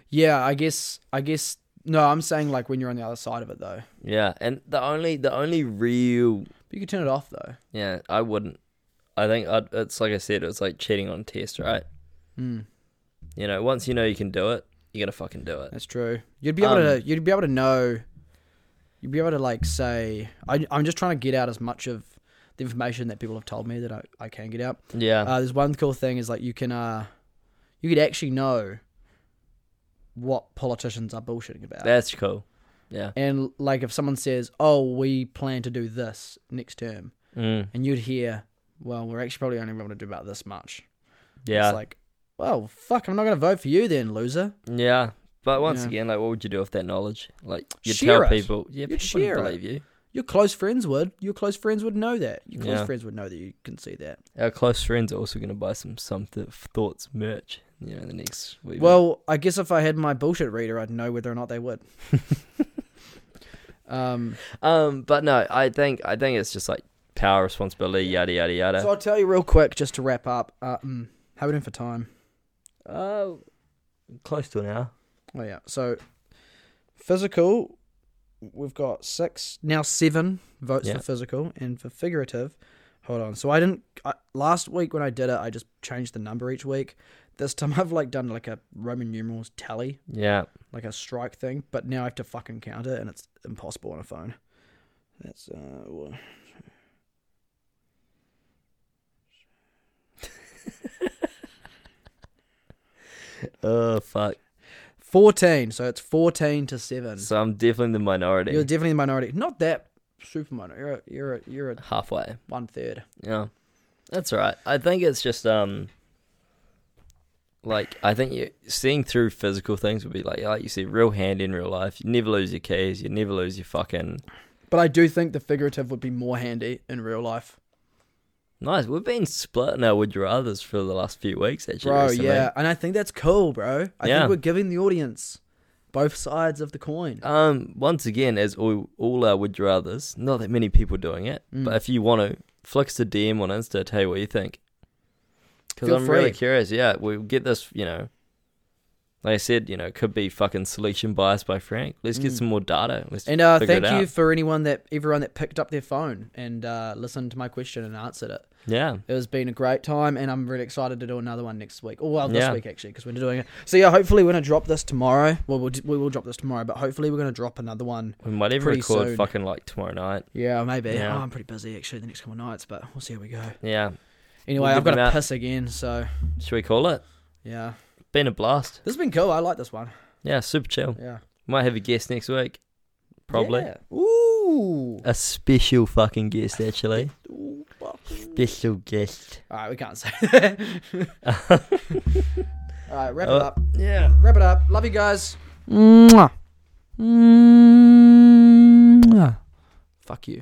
Speaker 1: Yeah, I guess I guess no, I'm saying like when you're on the other side of it though.
Speaker 2: Yeah, and the only the only real
Speaker 1: But you could turn it off though.
Speaker 2: yeah, I wouldn't. I think I'd, it's like I said, it's like cheating on a test, right?
Speaker 1: Mm,
Speaker 2: You know, once you know you can do it, you're gonna fucking do it.
Speaker 1: that's true. You'd be able
Speaker 2: Um,
Speaker 1: to you'd be able to know you'd be able to like say I I'm just trying to get out as much of the information that people have told me that I, I can get out.
Speaker 2: Yeah,
Speaker 1: Uh, there's one cool thing is like you can uh you could actually know what politicians are bullshitting about.
Speaker 2: that's cool. Yeah,
Speaker 1: and like if someone says, "Oh, we plan to do this next term,"
Speaker 2: mm,
Speaker 1: and you'd hear, "Well, we're actually probably only going to do about this much."
Speaker 2: yeah,
Speaker 1: It's like, well, fuck, I'm not going to vote for you then, loser.
Speaker 2: yeah. But once
Speaker 1: Yeah.
Speaker 2: again, like, what would you do with that knowledge? Like, you
Speaker 1: Share
Speaker 2: tell
Speaker 1: it.
Speaker 2: people, yeah,
Speaker 1: You'd
Speaker 2: people wouldn't
Speaker 1: share it.
Speaker 2: believe you.
Speaker 1: Your close friends would. Your close friends would know that. Your close
Speaker 2: Yeah.
Speaker 1: friends would know that you can see that.
Speaker 2: Our close friends are also going to buy some some th- thoughts merch, you know, in the next week.
Speaker 1: Well, I guess if I had my bullshit reader, I'd know whether or not they would. um,
Speaker 2: um, but no, I think I think it's just like power, responsibility, yada yada yada.
Speaker 1: so I'll tell you real quick, just to wrap up. Uh, mm, how we doing for time?
Speaker 2: Oh, close to an hour.
Speaker 1: Oh yeah. So physical, we've got six now seven votes
Speaker 2: Yeah.
Speaker 1: for physical and for figurative. Hold on. So I didn't I, last week when I did it, I just changed the number each week. This time I've like done like a Roman numerals tally,
Speaker 2: Yeah,
Speaker 1: like a strike thing, but now I have to fucking count it, and it's impossible on a phone. That's uh. wha-
Speaker 2: Oh fuck.
Speaker 1: 14, so it's 14 to 7.
Speaker 2: So I'm definitely the minority.
Speaker 1: You're definitely the minority. Not that super minority. You're a, you're a, you're a
Speaker 2: halfway.
Speaker 1: one third.
Speaker 2: Yeah, that's all right. I think it's just um, like I think you seeing through physical things would be like like you see real hand in real life. You never lose your keys. You never lose your fucking.
Speaker 1: But I do think the figurative would be more handy in real life.
Speaker 2: Nice. We've been splitting our would you rather's for the last few weeks, actually.
Speaker 1: bro
Speaker 2: recently.
Speaker 1: yeah and i think that's cool bro i
Speaker 2: Yeah.
Speaker 1: think we're giving the audience both sides of the coin
Speaker 2: Um. Once again, as all, all our would you rather's, not that many people doing it,
Speaker 1: Mm.
Speaker 2: but if you want to, flick us a DM on Insta. Tell you what you think. Because
Speaker 1: Feel
Speaker 2: I'm really
Speaker 1: free.
Speaker 2: curious. Yeah, we'll get this. You know, like I said, you know, it could be fucking selection bias by Frank. Let's get
Speaker 1: Mm.
Speaker 2: some more data. Let's
Speaker 1: and uh,
Speaker 2: figure
Speaker 1: thank
Speaker 2: it
Speaker 1: you
Speaker 2: out.
Speaker 1: for anyone that everyone that picked up their phone and uh, listened to my question and answered it
Speaker 2: Yeah.
Speaker 1: it has been a great time and i'm really excited to do another one next week or well this
Speaker 2: Yeah.
Speaker 1: week actually because we're doing it so yeah hopefully we're going to drop this tomorrow well, we'll we will drop this tomorrow but hopefully we're going to drop another one
Speaker 2: We might even
Speaker 1: Pretty
Speaker 2: record
Speaker 1: soon.
Speaker 2: fucking like tomorrow night.
Speaker 1: yeah maybe
Speaker 2: Yeah.
Speaker 1: Oh, i'm pretty busy actually the next couple of nights but we'll see how we go
Speaker 2: Yeah.
Speaker 1: anyway
Speaker 2: We'll
Speaker 1: i've
Speaker 2: give
Speaker 1: got
Speaker 2: them
Speaker 1: to
Speaker 2: out.
Speaker 1: piss again so
Speaker 2: Should we call it?
Speaker 1: yeah
Speaker 2: Been a blast.
Speaker 1: this has been cool i like this one
Speaker 2: Yeah. Super chill.
Speaker 1: yeah
Speaker 2: Might have a guest next week. Probably.
Speaker 1: Yeah. ooh
Speaker 2: A special fucking guest, actually.
Speaker 1: Ooh, fucking-
Speaker 2: special guest.
Speaker 1: All right, we can't say that. All right, wrap
Speaker 2: Oh.
Speaker 1: it up.
Speaker 2: Yeah.
Speaker 1: Wrap it up. Love you guys. Fuck you.